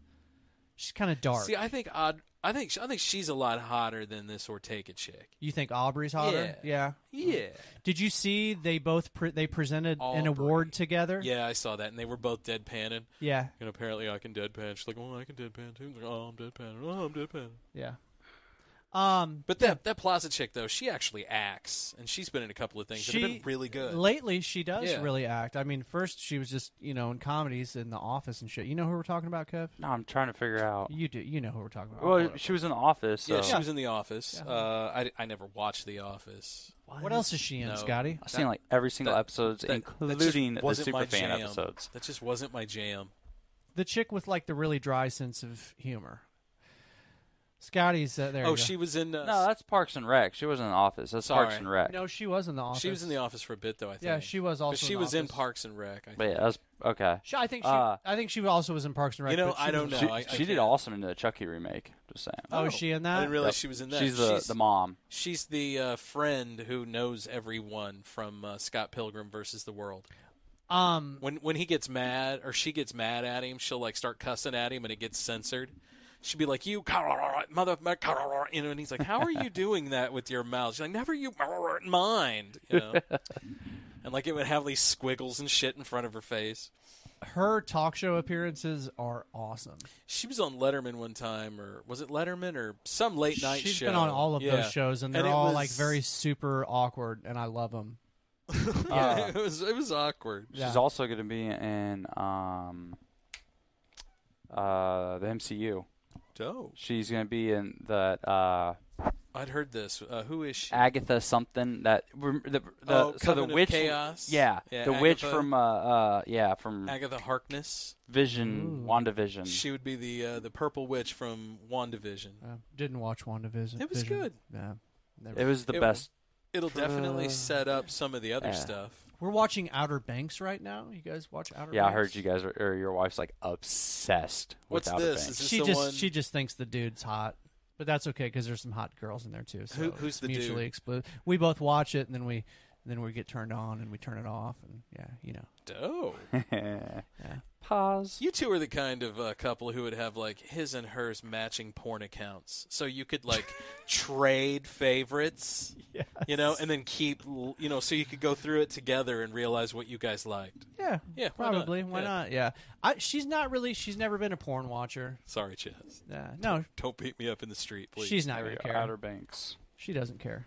C: She's kind of dark.
B: See, I think odd. I think I think she's a lot hotter than this Ortega chick.
C: you think Aubrey's hotter?
B: Yeah.
C: Yeah.
B: Yeah.
C: Did you see they both pre- they presented an award
B: Aubrey.
C: together?
B: Yeah, I saw that, and they were both deadpanning.
C: Yeah.
B: And apparently, I can deadpan. She's like, "Well, I can deadpan too." I'm like, "Oh, I'm deadpanning. Oh, I'm deadpanning."
C: Yeah. Um
B: But that that Plaza chick though, she actually acts, and she's been in a couple of things that have
C: She-
B: been really good.
C: lately she does
B: Yeah.
C: really act. I mean, first she was just, you know, in comedies in the office and shit. You know who we're talking about, Kev?
D: No, I'm trying to figure out.
C: You do. You know who we're talking about.
D: Well, she was in the office. So.
B: yeah, she was in The Office. Uh, I I never watched The Office.
C: what else is she in,
B: No.
C: Scotty?
D: I've seen like every single
B: That-
D: episodes,
B: That- that just
D: including the
B: wasn't my
D: superfan
B: jam.
D: episodes.
B: That just wasn't my jam.
C: The chick with like the really dry sense of humor. Scotty's uh, there. you
B: oh,
C: go.
B: she was in. Uh,
D: No, that's Parks and Rec. She was in the office. That's Parks
B: Sorry.
D: and Rec.
C: No, she was in the office.
B: she was in The Office for a bit though. I think.
C: Yeah, she was
B: But
C: also.
B: she
C: in the
B: was in
C: office.
B: Parks and Rec. I think.
D: But yeah, that's okay.
C: She, I think she.
D: Uh,
C: I think she also was in Parks and Rec.
B: You know,
C: but she
B: I don't
C: was-
B: know.
D: she
B: I- I
D: she did
B: can't-
D: awesome in the Chucky remake. Just saying.
C: Oh, is she in that?
B: I didn't realize
D: Yep.
B: she was in that.
D: She's
C: uh,
D: the the mom.
B: She's the uh, friend who knows everyone from uh, Scott Pilgrim versus the World.
C: Um,
B: When when he gets mad or she gets mad at him, she'll like start cussing at him, and it gets censored. She'd be like, "You mother, you know," and he's like, "How are you doing that with your mouth?" She's like, "Never you mind," you know. and like it would have these squiggles and shit in front of her face.
C: her talk show appearances are awesome.
B: She was on Letterman one time, or was it Letterman or some late night
C: She's
B: show?
C: been on all of
B: Yeah.
C: those shows, and they're
B: it
C: all
B: was-
C: like very super awkward, and I love them.
B: Yeah, it was it was awkward.
C: Yeah.
D: She's also going to be in um, uh, the MCU.
B: Dope.
D: She's going to be in the uh,
B: I'd heard this. Uh, who is she?
D: Agatha something that rem- the, the
B: Oh,
D: so the
B: Coven of
D: witch
B: Chaos?
D: yeah,
B: Yeah,
D: the witch
B: Agatha.
D: from uh, uh yeah from
B: Agatha Harkness.
D: Vision WandaVision.
B: She would be the uh, the purple witch from WandaVision.
C: Uh, didn't watch WandaVision.
B: It was
C: Vision.
B: good.
C: Yeah.
D: it was the
B: it-
D: best.
B: It'll definitely set up some of the other
D: Uh, yeah.
B: stuff.
C: We're watching Outer Banks right now. You guys watch Outer Banks?
D: Yeah, I heard you guys are, or your wife's like obsessed
B: What's
D: with Outer
B: this?
D: Banks.
B: Is this
C: She
B: the
C: just
B: one?
C: she just thinks the dude's hot, but that's okay because there's some hot girls in there too. So
B: Who- who's
C: it's
B: the dude?
C: mutually exclusive? We both watch it, and then we and then we get turned on and we turn it off, and yeah, you know.
B: Oh,
D: Pause.
B: you two are the kind of uh, couple who would have like his and hers matching porn accounts, so you could like trade favorites, you know, and then keep l- you know, so you could go through it together and realize what you guys liked.
C: Yeah,
B: Yeah, why not?
C: probably. Why
B: Yeah.
C: not? Yeah, I, she's not really. She's never been a porn watcher.
B: Sorry, Chaz.
C: Yeah, no,
B: Don't beat me up in the street, please.
C: she's not
D: There
C: gonna
D: we go,
C: care.
D: Outer Banks.
C: She doesn't care.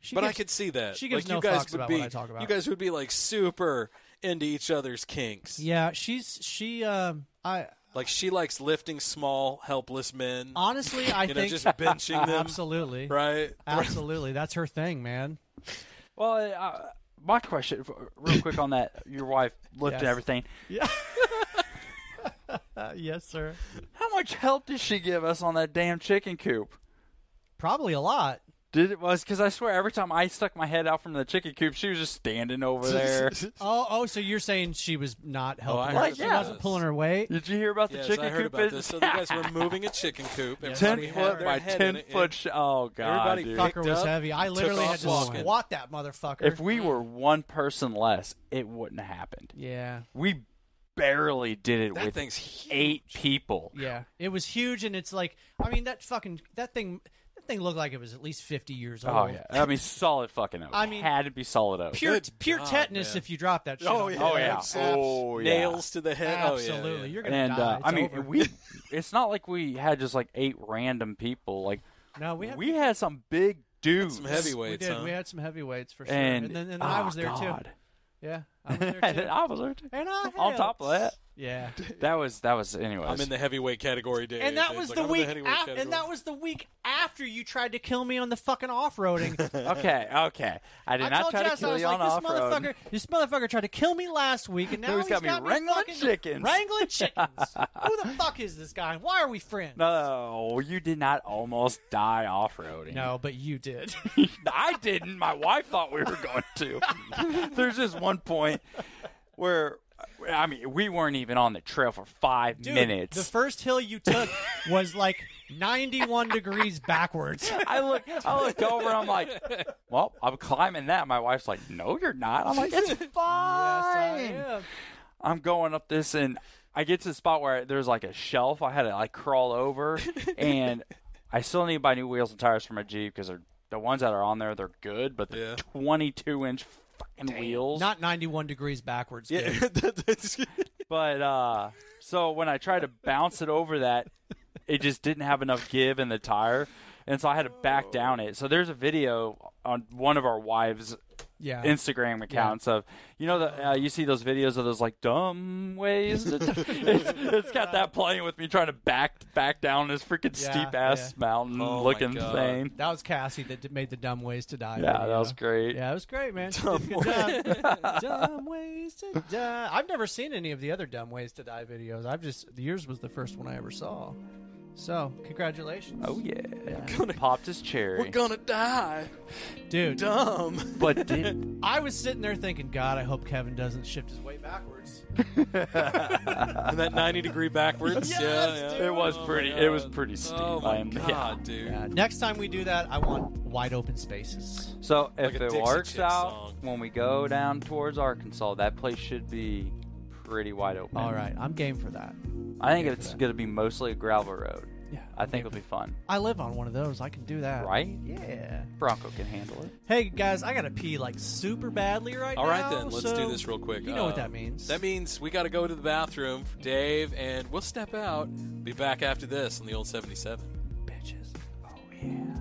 C: She
B: but I
C: gives-
B: could see that.
C: she gives
B: like,
C: no
B: you guys
C: fucks
B: would
C: about
B: be,
C: what I talk about.
B: You guys would be like super into each other's kinks.
C: Yeah, she's she. Um, I
B: Like she likes lifting small, helpless men.
C: honestly, I
B: you know,
C: think
B: just benching them.
C: absolutely, Uh,
B: Right?
C: absolutely. That's her thing, man.
D: Well, uh, my question, f- real quick on that, your wife looked
C: Yes.
D: at everything.
C: Uh, yes, sir.
D: How much help did she give us on that damn chicken coop?
C: Probably a lot.
D: Did it was because I swear every time I stuck my head out from the chicken coop, she was just standing over there.
C: Oh, oh, so you're saying she was not
D: Oh,
B: I heard
C: helping? her.
B: about
C: She wasn't
B: this.
C: pulling her weight.
D: Did you hear about the
B: Yes,
D: chicken
B: I heard
D: coop?
B: about
D: in-
B: this. So the guys were moving a chicken coop.
D: ten
B: Everybody had
D: foot
B: their
D: by
B: head
D: ten
B: in it.
D: foot. Sh- oh god,
B: Everybody
D: dude.
B: fuck-
C: Fucker was
B: up,
C: heavy. I
B: took
C: literally
B: off
C: had to
B: walking.
C: squat that motherfucker.
D: If we were one person less, it wouldn't have happened.
C: yeah,
D: We barely did it
B: That
D: with
B: thing's huge.
D: eight people.
C: yeah, it was huge, and it's like, I mean, that fucking that thing, that thing looked like it was at least fifty years old.
D: Oh yeah, I mean solid fucking oak.
C: I mean-
D: had to be solid oak.
C: pure
B: Good
C: pure
B: God,
C: tetanus
B: man.
C: if you drop that shit.
B: Oh,
C: on
B: yeah.
C: her.
D: oh yeah,
B: abs-
D: oh yeah.
B: Nails to the head.
C: absolutely.
B: Oh, yeah, yeah, yeah.
C: You're gonna
D: And
C: die.
D: uh,
C: It's
D: I mean,
C: over.
D: we. It's not like we had just like eight random people. Like
C: no, we had
D: we had some big dudes.
B: Some
C: we
B: heavyweights,
C: did.
B: huh?
C: We had some heavyweights for sure,
D: And,
C: and then, and then I
D: oh,
C: was there
D: God.
C: too. Yeah, I was there too.
D: I was there too.
C: and I
D: On top of that,
C: yeah.
D: that was that was anyways.
B: I'm in the heavyweight category, Dave.
C: And that
B: Dave's like,
C: was the
B: I'm in
C: week.
B: heavyweight
C: af-
B: category.
C: and that was the week after you tried to kill me on the fucking off roading.
D: okay, okay. I did
C: I
D: not
C: told
D: try
C: Jess
D: to
C: I
D: kill
C: was
D: you
C: like,
D: on
C: this
D: off road.
C: motherfucker, this motherfucker tried to kill me last week, and now
D: Now he's got me wrangling
C: fucking
D: chickens.
C: Wrangling chickens. Who the fuck is this guy? Why are we friends?
D: No, you did not almost die off roading.
C: No, but you did.
D: I didn't. My wife thought we were going to. There's just one point where, I mean, we weren't even on the trail for five
C: Dude,
D: minutes.
C: The first hill you took was like 91 degrees backwards.
D: I look, I look over. I'm like, well, I'm climbing that. My wife's like, no, you're not. I'm like, it's fine. I'm going up this, and I get to the spot where there's like a shelf. I had to like crawl over, and I still need to buy new wheels and tires for my Jeep because they're the ones that are on there. They're good, but the 22 inch fucking wheels.
C: Not 91 degrees backwards.
B: Yeah,
C: kid.
B: that- that's-
D: But uh, so when I tried to bounce it over that, it just didn't have enough give in the tire, and so I had to back down it. So there's a video on one of our wives'
C: Yeah.
D: Instagram accounts of you know the uh, you see those videos of those like dumb ways. to- it's, it's got that playing with me trying to back back down this freaking
C: Yeah,
D: steep ass mountain
B: Oh my
D: looking
B: God.
D: thing.
C: that was Cassie that d- made the dumb ways to die.
D: Yeah,
C: video.
D: that was great.
C: Yeah, it was great, man. She did a good job. dumb ways to die. I've never seen any of the other dumb ways to die videos. I've just yours was the first one I ever saw. So congratulations.
D: Oh yeah, popped his cherry,
F: We're gonna die.
C: dude.
F: Dumb.
D: but did
C: I was sitting there thinking, God, I hope Kevin doesn't shift his way backwards.
B: and that 90 degree backwards.
C: Yes,
B: yeah, yeah.
C: dude.
D: it was pretty. It was pretty steep.
B: Oh
D: I
B: my
D: am- yeah.
B: god, dude.
C: Yeah, next time we do that, I want wide open spaces.
D: So if
B: Like a
D: it
B: Dixie
D: works
B: Chicks
D: out,
B: song.
D: when we go down towards Arkansas, that place should be pretty wide open.
C: All right, I'm game for that.
D: I think it's going to be mostly a gravel road.
C: Yeah,
D: I think it'll be fun,
C: I live on one of those. I can do that.
D: right?
C: Yeah.
D: Bronco can handle it.
C: Hey guys, I gotta pee like super badly right
B: All
C: now.
B: right then, let's
C: so
B: do this real quick.
C: You know what
B: Uh,
C: that means.
B: That means we got to go to the bathroom for Dave, and we'll step out. Be back after this on the old 77.
C: bitches.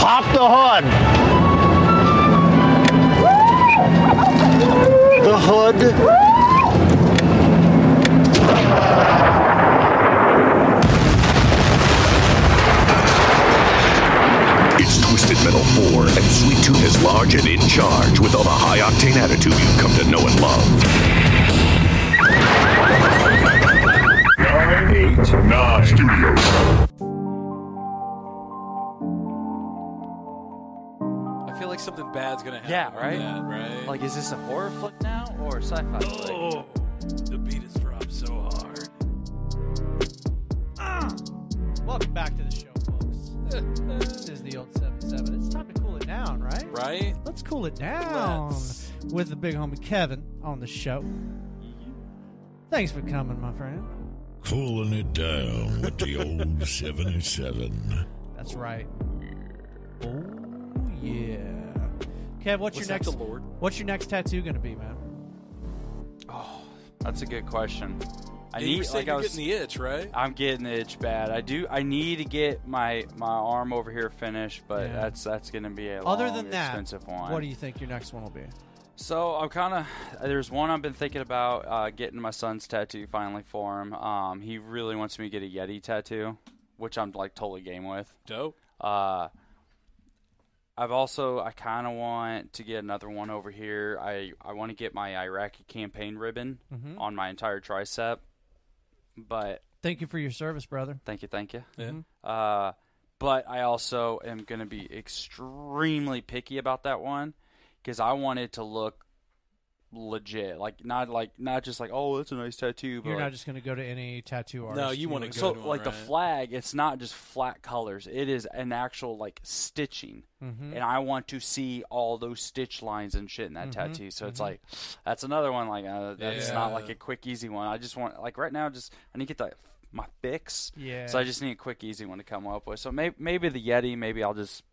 G: Pop the hood. The hood.
I: It's Twisted Metal 4, and Sweet Tooth is large and in charge with all the high octane attitude you've come to know and love.
B: I feel like something bad's gonna happen.
D: Yeah,
B: with
D: right?
B: that, right.
D: Like, is this a horror flick now or a sci-fi flick?
A: Oh, the beat has dropped so hard.
C: Welcome back to the show, folks. this is the old 7-7. It's time to cool it down, right?
B: right.
C: Let's cool it down
B: Let's. Mm-hmm.
C: with the big homie Kevin on the show. Thanks for coming, my friend.
A: Cooling it down with the old 77.
C: That's right. Oh yeah. Kev, what's your
B: Was that
C: next
B: the Lord?
C: What's your next tattoo gonna be, man?
D: That's a good question. I
B: you were
D: need,
B: saying
D: e, like,
B: you're
D: I was,
B: getting the itch, right?
D: I'm getting the itch bad. I do. I need to get my my arm over here finished, but
C: Yeah.
D: that's that's going to be a
C: Other
D: long,
C: than that,
D: Oh, expensive one.
C: what do you think your next one will be?
D: So I'm kind of there's one I've been thinking about uh, getting my son's tattoo finally for him. Um, he really wants me to get a Yeti tattoo, which I'm like totally game with.
B: Dope.
D: Uh, I've also I kind of want to get another one over here. I I want to get my Iraqi campaign ribbon
C: Mm-hmm.
D: on my entire tricep, but
C: Thank you for your service, brother.
D: thank you, thank you.
B: Yeah.
D: Uh, but I also am going to be extremely picky about that one because I want it to look legit, like not like not just like oh that's a nice tattoo, but
C: You're
D: like,
C: not just going to go to any tattoo artist.
B: you wanna
C: would
B: go
D: so
B: to
D: like
B: one,
D: the
B: right?
D: flag, it's not just flat colors. It is an actual like stitching,
C: Mm-hmm.
D: and I want to see all those stitch lines and shit in that
C: Mm-hmm.
D: tattoo. So it's like that's another one. Like uh, that's not like a quick easy one. I just want like right now, just I need to get that my fix.
C: Yeah.
D: So I just need a quick easy one to come up with. So maybe maybe the Yeti. Maybe I'll just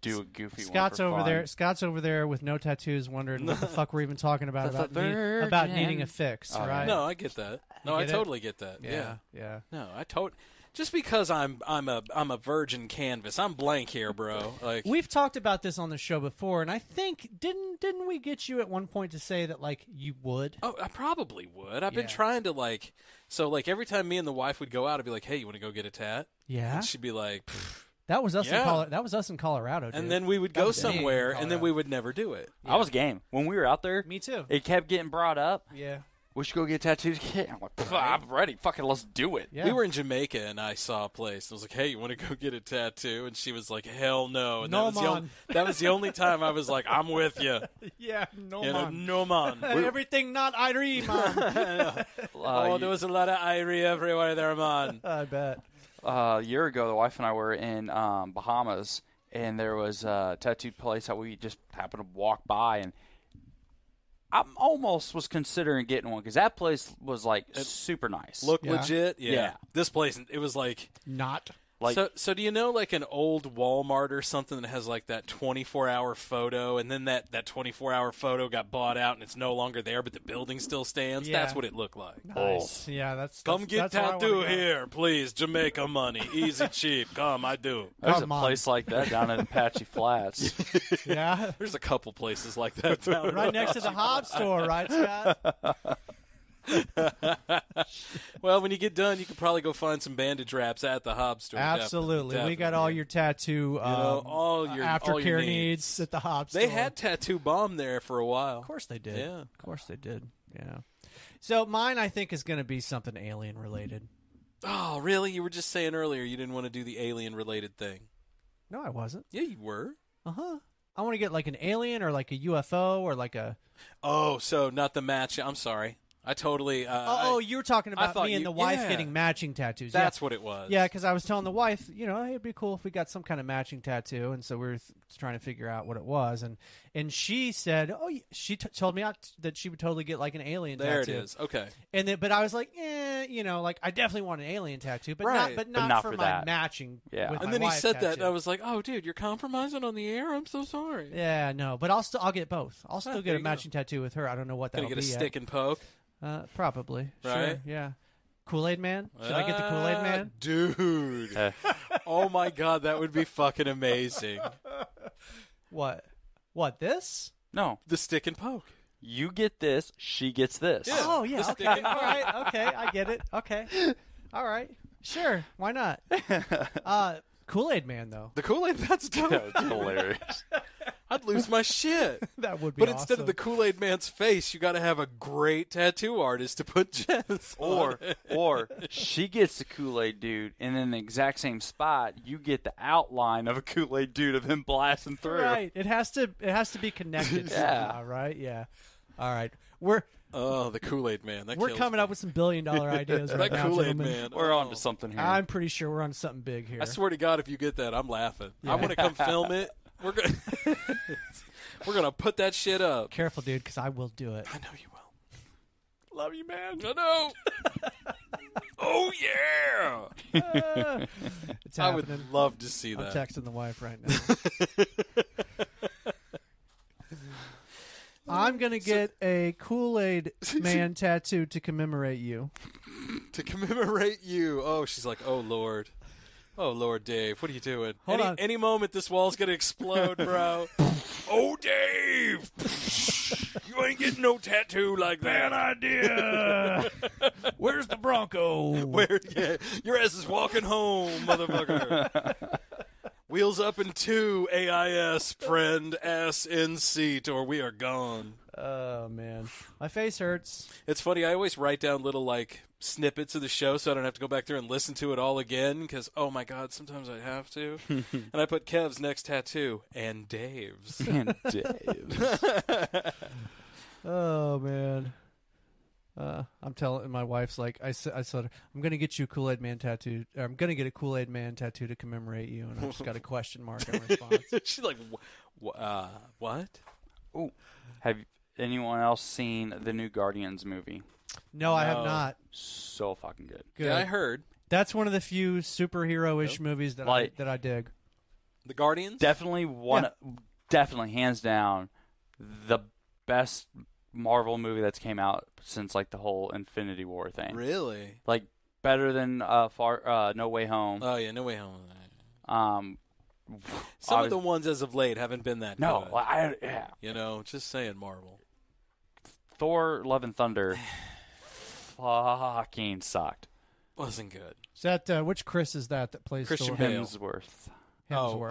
D: do a goofy one.
C: Scott's
D: for
C: over
D: fun.
C: there. Scott's over there with no tattoos, wondering what the fuck we're even talking about
D: The
C: about, need- about needing
D: virgin.
C: a fix,
D: Oh, yeah.
C: right?
B: No, I get that. No, I
C: get it?
B: totally get that. Yeah.
C: yeah, yeah.
B: No, I tot Just because I'm I'm a I'm a virgin canvas, I'm blank here, bro. Like
C: We've talked about this on the show before, and I think didn't didn't we get you at one point to say that like you would?
B: Oh, I probably would. I've been
C: Yeah.
B: trying to like, so like every time me and the wife would go out, I'd be like, "Hey, you want to go get a tat?"
C: Yeah,
B: And she'd be like, "Pfft."
C: that was us.
B: Yeah.
C: In Colo- that was us in Colorado.
B: and
C: dude.
B: then we would go
C: was me in
B: somewhere, and then
C: Colorado.
B: we would never do it.
D: I was game when we were out there.
C: me too.
D: It kept getting brought up.
C: yeah,
D: We should go get tattoos. Yeah, I'm like, "Pff, I'm ready. Fucking let's do it.
C: yeah.
B: We were in Jamaica, and I saw a place. I was like, "Hey, you want to go get a tattoo?" And she was like, "Hell no!" And
C: No,
B: that was the only
C: man.
B: that was the only time I was like, "I'm with you."
C: yeah. No
B: You know, no man.
C: Everything not Irene, man. uh,
B: oh, there was a lot of Irie everywhere there, man.
C: I bet.
D: uh, a year ago, the wife and I were in um, Bahamas, and there was a tattoo place that we just happened to walk by, and I almost was considering getting one because that place was like super nice.
B: Look
C: Yeah.
B: legit, yeah.
D: Yeah.
B: This place, it was like
C: Not.
D: like
B: so, so do you know like an old Walmart or something that has like that 24 hour photo, and then that that 24 hour photo got bought out and it's no longer there, but the building still stands.
C: Yeah.
B: That's what it looked like.
C: Nice. Yeah, that's.
B: Oh. Come
C: that's,
B: get
C: that's where I
B: tattoo
C: wanna go.
B: here, please. Jamaica money, easy, cheap. Come, I do.
D: there's a
C: Come on.
D: place like that down in Apache Flats.
C: Yeah,
B: There's a couple places like that. Down
C: right next to the Hobbs store, right, Scott?
B: well, when you get done, you could probably go find some bandage wraps at the Hob store.
C: Absolutely.
B: Definitely,
C: We got all
B: definitely.
C: your tattoo, um,
B: know, all your-
C: aftercare
B: all your
C: needs.
B: needs.
C: at the Hobbs.
B: They
C: store.
B: had tattoo bomb there for a while.
C: Of course they did.
B: Yeah.
C: Of course they did. Yeah. So mine, I think, is going to be something alien related.
B: Oh, really? You were just saying earlier you didn't want to do the alien related thing.
C: No, I wasn't.
B: Yeah, you were.
C: Uh huh. I want to get like an alien or like a UFO or like a.
B: Oh, so not the match. I'm sorry. I totally. Uh,
C: Oh, oh,
B: I-
C: you were talking
B: I
C: about
B: thought
C: me and
B: you-
C: the wife
B: yeah.
C: getting matching tattoos. Yeah.
B: that's what it was.
C: Yeah, because I was telling the wife, you know, hey, it'd be cool if we got some kind of matching tattoo, and so we were th- trying to figure out what it was, and and she said, oh, y- she t- told me I t- that she would totally get like an alien.
B: there it
C: tattoo.
B: is. Okay.
C: And then, but I was like, eh, you know, like I definitely want an alien tattoo, but
B: Right.
C: not, but not,
D: not
C: for,
D: for
C: my
D: that.
C: matching.
D: Yeah.
C: with
B: And
C: my
B: then he
C: wife
B: said that,
C: tattoo.
B: and I was like, "Oh, dude, you're compromising on the air. I'm so sorry."
C: Yeah, no, but I'll still I'll get both. I'll still
B: Ah, there
C: get
B: you
C: a
B: go.
C: matching tattoo with her. I don't know what
B: Gonna
C: that'll
B: get a
C: be uh,
B: stick and poke.
C: Yet. Uh, probably. Sure.
B: Right?
C: Yeah. Kool Aid Man. Should I get the Kool
B: Ah,
C: Aid Man?
B: dude?
D: Uh.
B: oh my god, that would be fucking amazing.
C: What? What this?
D: no,
B: The stick and poke.
D: you get this, she gets this.
B: Yeah.
C: Oh yeah.
B: the
C: Okay.
B: stick and-
C: All right. Okay. I get it. Okay. All right. Sure. Why not? Uh, Kool Aid Man though.
B: The Kool Aid. That's dope.
D: That's hilarious.
B: I'd lose my shit.
C: That would be.
B: But instead of
C: awesome.
B: the Kool Aid Man's face, you got to have a great tattoo artist to put Jez.
D: or or she gets the Kool Aid dude, and in the exact same spot, you get the outline of a Kool Aid dude of him blasting through.
C: Right. It has to it has to be connected
D: Yeah.
C: somehow, right? Yeah. All right. We're
B: oh, the Kool Aid Man. That
C: we're
B: kills
C: coming
B: me.
C: up with some billion dollar ideas right
B: that
C: now.
B: Kool Aid
C: gentlemen.
B: Man.
D: We're
B: oh.
D: on to something here.
C: I'm pretty sure we're on something big here.
B: I swear to God, if you get that, I'm laughing. I want to come film it. We're gonna we're gonna put that shit up.
C: Careful, dude, because I will do it.
B: I know you will. Love you, man. I know. oh yeah.
C: It's
B: I
C: happening.
B: would love to see
C: I'm
B: that.
C: texting the wife right now. I'm gonna get a Kool Aid Man tattoo to commemorate you.
B: to commemorate you. Oh, she's like, oh Lord, oh Lord, Dave, what are you doing?
C: Hold
B: any,
C: on.
B: any moment this wall's gonna explode, bro.
A: Oh, Dave! you ain't getting no tattoo like that. Bad idea! Where's the Bronco?
B: Where yeah, your ass is walking home, motherfucker. Wheels up in two, AIS friend, ass in seat, or we are gone.
C: Oh man, my face hurts.
B: It's funny. I always write down little like snippets of the show so I don't have to go back there and listen to it all again. Because oh my god, sometimes I have to. and I put Kev's next tattoo and Dave's.
D: And Dave.
C: Oh man. Uh, I'm telling my wife's like I said. I said I'm gonna get you a Kool Aid Man tattoo. Or I'm gonna get a Kool Aid Man tattoo to commemorate you, and I just got a question mark in response.
B: She's like, wh- wh- uh, what?
D: Ooh. Have anyone else seen the new Guardians movie?
C: No, I have
B: No.
C: not.
D: So fucking good.
C: Good.
B: Yeah, I heard
C: That's one of the few superhero ish movies that I
D: Like-
C: that I dig.
B: the Guardians.
D: Definitely one. Definitely hands down the best Marvel movie that's came out since like the whole Infinity War thing.
B: really?
D: Like better than uh, far uh, No Way Home.
B: Oh yeah, no way home.
D: Um,
B: Some
D: I
B: of the ones as of late haven't been that
D: no,
B: good.
D: I, yeah.
B: you know, just saying, Marvel.
D: Thor: Love and Thunder fucking sucked.
B: Wasn't good.
C: Is that uh, which Chris is that that plays
B: Christian
C: Thor?
B: Bale.
D: Hemsworth.
C: Hemsworth.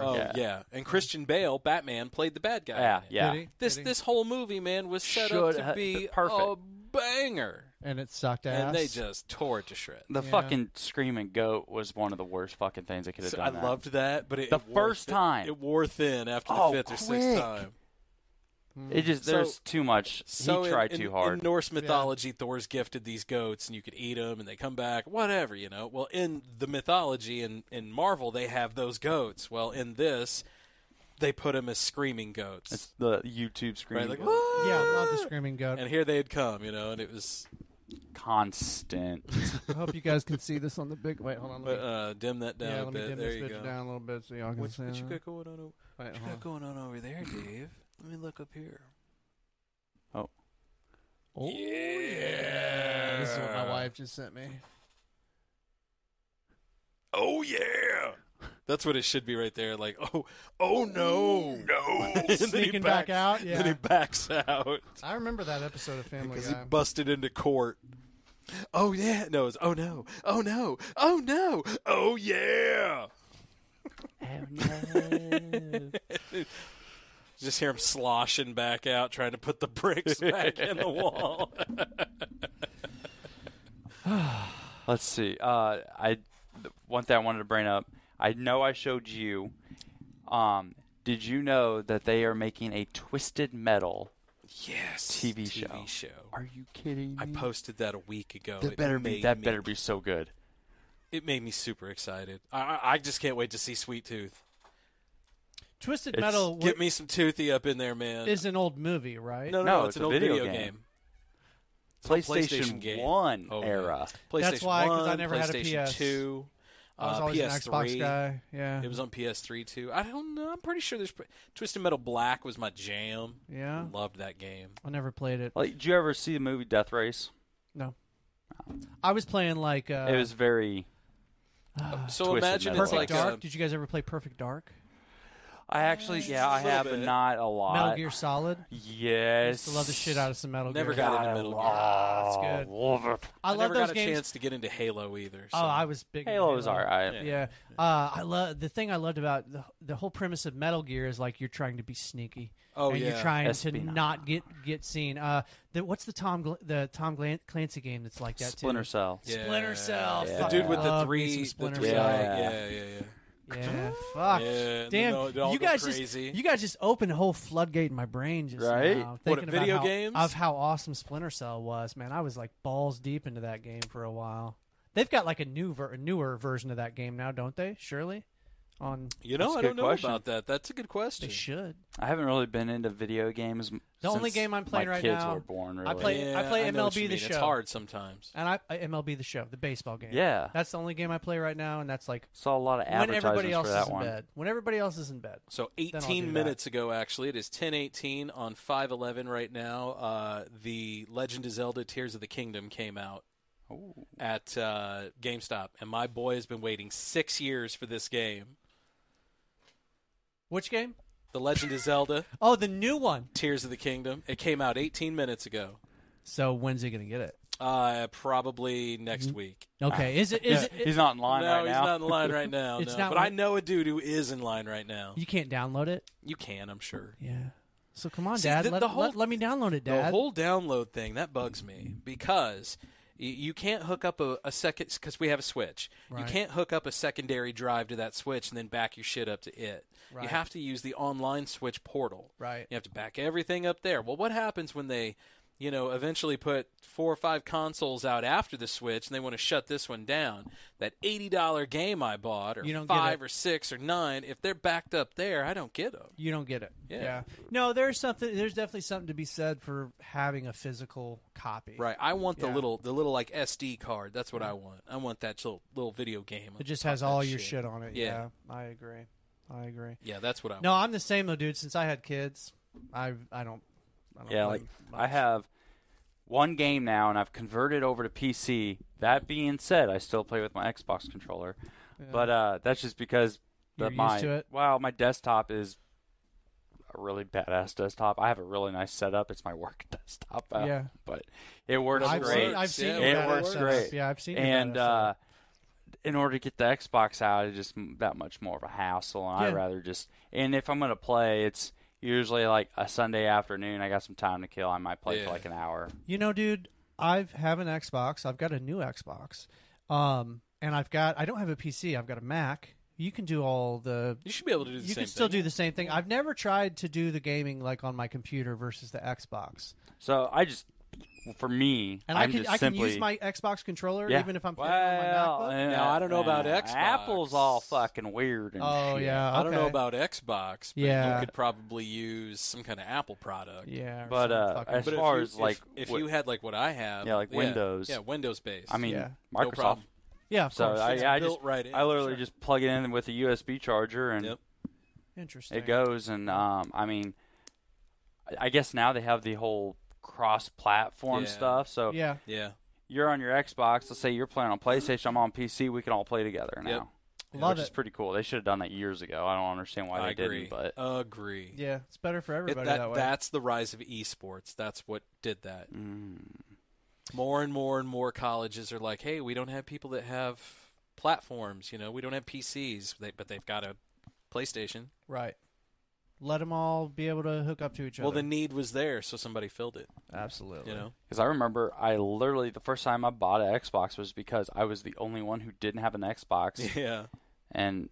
B: Oh, oh yeah.
D: Yeah.
B: And Christian Bale, Batman, played the bad guy. in
D: Yeah,
B: it.
D: yeah.
C: Did he?
B: This
C: Did he?
B: this whole movie, man, was set
D: Should
B: up to
D: ha-
B: be
D: perfect.
B: a banger,
C: and it sucked ass.
B: and they just tore it to shreds.
D: The fucking screaming goat was one of the worst fucking things I could have
B: So
D: done.
B: I
D: that.
B: loved that, but it
D: The
B: it wore
D: first
B: thi-
D: time.
B: it wore thin after the
D: Oh,
B: fifth or sixth
D: quick.
B: time.
D: it. Just there's
B: So-
D: too much.
B: So
D: he
B: in-
D: tried
B: in,
D: too hard.
B: In Norse mythology, Thor's gifted these goats, and you could eat them, and they come back. Whatever, you know. Well, in the mythology in in Marvel, they have those goats. Well, in this, they put them as screaming goats,
D: it's the YouTube screaming
B: right? Like,
D: goat.
B: "Ah!"
C: yeah, I love the screaming goat.
B: And here they had come, you know, and it was
D: constant.
C: I hope you guys can see this on the big. Wait, hold on. Let me,
B: uh, dim that down a
C: yeah, let me
B: bit.
C: dim
B: there
C: this
B: you
C: bitch
B: go.
C: down a little bit so y'all can
B: What,
C: see.
B: what you
C: that.
B: got going on? Over, what
C: Wait,
B: you
C: hold
B: got
C: on.
B: going on over there, Dave? Let me look up here.
C: Oh, yeah. This is what my wife just sent me.
A: Oh yeah.
B: That's what it should be right there. Like, oh, oh no, no,
C: Sneaking back out,
B: Then he
C: yeah.
B: backs out
C: I remember that episode of Family
B: because he
C: Guy.
B: busted into court. Oh yeah, no, it's oh no, oh no, oh no, oh yeah. Just hear him sloshing back out, trying to put the bricks back in the wall.
D: Let's see. Uh, I th- one thing I wanted to bring up. I know I showed you. Um, did you know that they are making a Twisted Metal?
B: Yes,
D: TV show. Are you kidding?
B: I posted that a week ago.
D: that
B: It
D: better be.
B: made
D: That
B: me
D: better be so good.
B: It made me super excited. I, I, I just can't wait to see Sweet Tooth.
C: Twisted
D: It's-
C: Metal
B: Get me some Toothy up in there, man.
C: is an old movie, right?
B: no, no,
D: No,
B: it's,
D: it's
B: an
D: a
B: old
D: video
B: video game.
D: game.
B: It's an old
D: PlayStation,
B: game.
D: One
B: Oh, yeah.
D: era.
B: PlayStation
C: That's why, 'cause I
B: 1,
C: never had a
B: PlayStation
C: PS.
B: 2,
C: I was
B: uh,
C: always an
B: PS3.
C: Xbox guy. Yeah.
B: It was on PS3 too. I don't know. I'm pretty sure there's Twisted Metal Black was my jam.
C: Yeah.
B: loved that game.
C: I never played it.
D: Like, did you ever see the movie Death Race?
C: No. I was playing like uh,
D: it was very.
B: So
D: Twisted
B: imagine
D: Metal.
B: it's like
C: Perfect
B: um, uh,
C: Dark.
B: a,
C: Did you guys ever play Perfect Dark?
D: I actually, yeah, I
B: little
D: have, but
B: bit.
D: not a lot.
C: Metal Gear Solid.
D: Yes.
C: Used to love the shit out of some Metal
B: never
C: Gear.
B: got into Metal Gear.
C: That's good.
D: Love it.
C: I, love
B: never
C: those
B: got a
C: games.
B: chance to get into Halo either. So.
C: Oh, I was big. into
D: Halo is alright.
C: Yeah, Uh, I love the thing I loved about the, the whole premise of Metal Gear is like you're trying to be sneaky.
B: Oh,
C: and
B: yeah.
C: you're trying to
D: Espionage.
C: not get get seen. Uh, the, what's the Tom Gl- the Tom Glan- Clancy game that's like that
D: Splinter
C: too?
D: Cell.
B: Yeah.
C: Splinter Cell.
B: The
C: Fuck,
B: dude with
C: I
B: the
C: love me
B: three,
C: some
B: the
C: Splinter
B: three
C: Cell.
B: eye-
D: Yeah.
B: yeah, yeah, yeah.
C: Yeah, fuck.
B: Yeah, and
C: Damn,
B: then they'll- they'll
C: you
B: go
C: guys
B: crazy.
C: just you guys just opened a whole floodgate in my brain just
D: Right?
C: now,
D: What,
C: thinking about
B: video
C: how-
B: games?
C: of how awesome Splinter Cell was. Man, I was like balls deep into that game for a while. They've got like a new ver- a newer version of that game now, don't they? Surely, on
B: You know,
D: That's a
B: I don't
D: good
B: know
D: question.
B: about that. That's a good
C: they
B: question.
C: should.
D: I haven't really been into video games. The
C: The only game I'm playing
D: my
C: right
D: kids
C: now-
D: were born. Really.
C: I play-
B: Yeah,
C: play
B: know what
C: MLB
B: you
C: The
B: mean. It's
C: Show.
B: hard sometimes.
C: And I I- MLB the Show, the baseball game.
D: Yeah.
C: that's the only game I play right now, and that's like
D: Saw a lot of
C: when
D: advertisements
C: everybody else
D: for
C: is
D: that
C: in
D: one.
C: bed. When everybody else is in bed.
B: So
C: I'll
B: 18
C: do
B: minutes ago, actually, it is 10:18 on 5:11 right now. Uh, the Legend of Zelda: Tears of the Kingdom came out at uh, GameStop, and my boy has been waiting six years for this game.
C: Which game?
B: The Legend of Zelda:
C: Oh, the new one.
B: Tears of the Kingdom. It came out 18 minutes ago.
C: So when's he gonna get it?
B: Uh, probably next week.
C: Okay, is it is it?
D: He's not in line
B: no,
D: right
B: he's
D: now.
B: not in line right now.
C: It's
B: no.
C: not
B: But
C: one-
B: I know a dude who is in line right now.
C: You can't download it.
B: You can, I'm sure.
C: Yeah. So come on,
B: See,
C: Dad.
B: the-
C: let,
B: the whole-
C: let, let me download it, Dad.
B: The whole download thing that bugs me because y- you can't hook up a, a second because we have a switch. You
C: Right.
B: can't hook up a secondary drive to that switch and then back your shit up to it. You
C: Right.
B: have to use the online switch portal.
C: Right.
B: You have to back everything up there. Well, what happens when they, you know, eventually put four or five consoles out after the switch and they want to shut this one down? That eighty dollar game I bought, or
C: You don't get
B: five
C: it.
B: or six or nine, if they're backed up there, I don't get them.
C: you don't get it.
B: Yeah.
C: No, there's something. There's definitely something to be said for having a physical copy.
B: Right. I want the
C: Yeah.
B: little the little like SD card. That's what I want. I want that little little video game.
C: It just has all your shit.
B: shit.
C: on it.
B: Yeah.
C: Yeah. I agree. I agree.
B: Yeah, that's what I
C: No,
B: want.
C: I'm the same though, dude. Since I had kids, I I don't. I don't play
D: Yeah, like
C: much.
D: I have one game now, and I've converted over to PC. That being said, I still play with my Xbox controller, but uh, that's just because
C: You're
D: the,
C: used
D: my
C: to it?
D: wow, my desktop is a really badass desktop. I have a really nice setup. It's my work desktop. uh,
C: Yeah.
D: but it works
C: I've
D: great.
C: seen, I've seen
B: Yeah,
C: your
D: it
C: badass
D: works
C: setup.
D: great.
C: Yeah, I've seen your
D: and
C: badass setup.
D: uh, in order to get the Xbox out, it's just m- that much more of a hassle, and I'd
C: Yeah.
D: rather just. And if I'm gonna play, it's usually like a Sunday afternoon. I got some time to kill. I might play
B: Yeah.
D: for like an hour.
C: You know, dude, I've have an Xbox. I've got a new Xbox, um, and I've got I don't have a PC. I've got a Mac. You can do all the.
B: You should be able to do the
C: You
B: same
C: can still
B: thing.
C: do the same thing. I've never tried to do the gaming like on my computer versus the Xbox,
D: So I just, for me,
C: and
D: I'm
C: I can
D: just
C: I can
D: simply,
C: use my Xbox controller
D: yeah.
C: even if I'm
D: well,
C: playing on my MacBook.
D: eh,
B: Now, I don't know about
D: eh,
B: Xbox.
D: Apple's all fucking weird. And
C: Oh
D: shit.
C: yeah,
B: I don't know
C: okay.
B: about Xbox, but
C: Yeah.
B: you could probably use some kind of Apple product.
C: yeah, or
D: But,
C: some
D: uh,
C: fucking-
D: as
B: But if
D: far
B: you-
D: as,
B: if-
D: like,
B: if
D: what-
B: you had like what I have,
D: Yeah, like Windows.
B: yeah, Windows based.
D: I mean,
C: Yeah.
B: No
D: Microsoft.
B: problem.
C: yeah, of
D: so
C: course.
D: I,
B: It's
D: I
B: built
D: just,
B: right in,
D: I literally
B: sure.
D: just plug it in with a USB charger and
B: Yep.
C: Interesting.
D: it goes. And um, I mean, I- I guess now they have the whole cross-platform
B: Yeah.
D: stuff. So
C: Yeah,
B: yeah,
D: you're on your Xbox. Let's say you're playing on PlayStation. I'm on PC. We can all play together now.
C: love
D: Which is
C: it.
D: pretty cool. They should have done that years ago. I don't understand why
B: I
D: they
B: agree.
D: didn't, but
C: Oh.
B: Agree.
C: Yeah, it's better for
B: It-
C: everybody
B: that-
C: that, way.
B: That's the rise of esports. That's what did that. More and more and more colleges are like, hey, we don't have people that have platforms. You know, we don't have PCs, they, but they've got a PlayStation.
C: right. Let them all be able to hook up to each
B: Well,
C: other.
B: the need was there, so somebody filled it.
C: absolutely.
B: You know,
D: Because I remember, I literally the first time I bought an Xbox was because I was the only one who didn't have an Xbox,
B: yeah,
D: and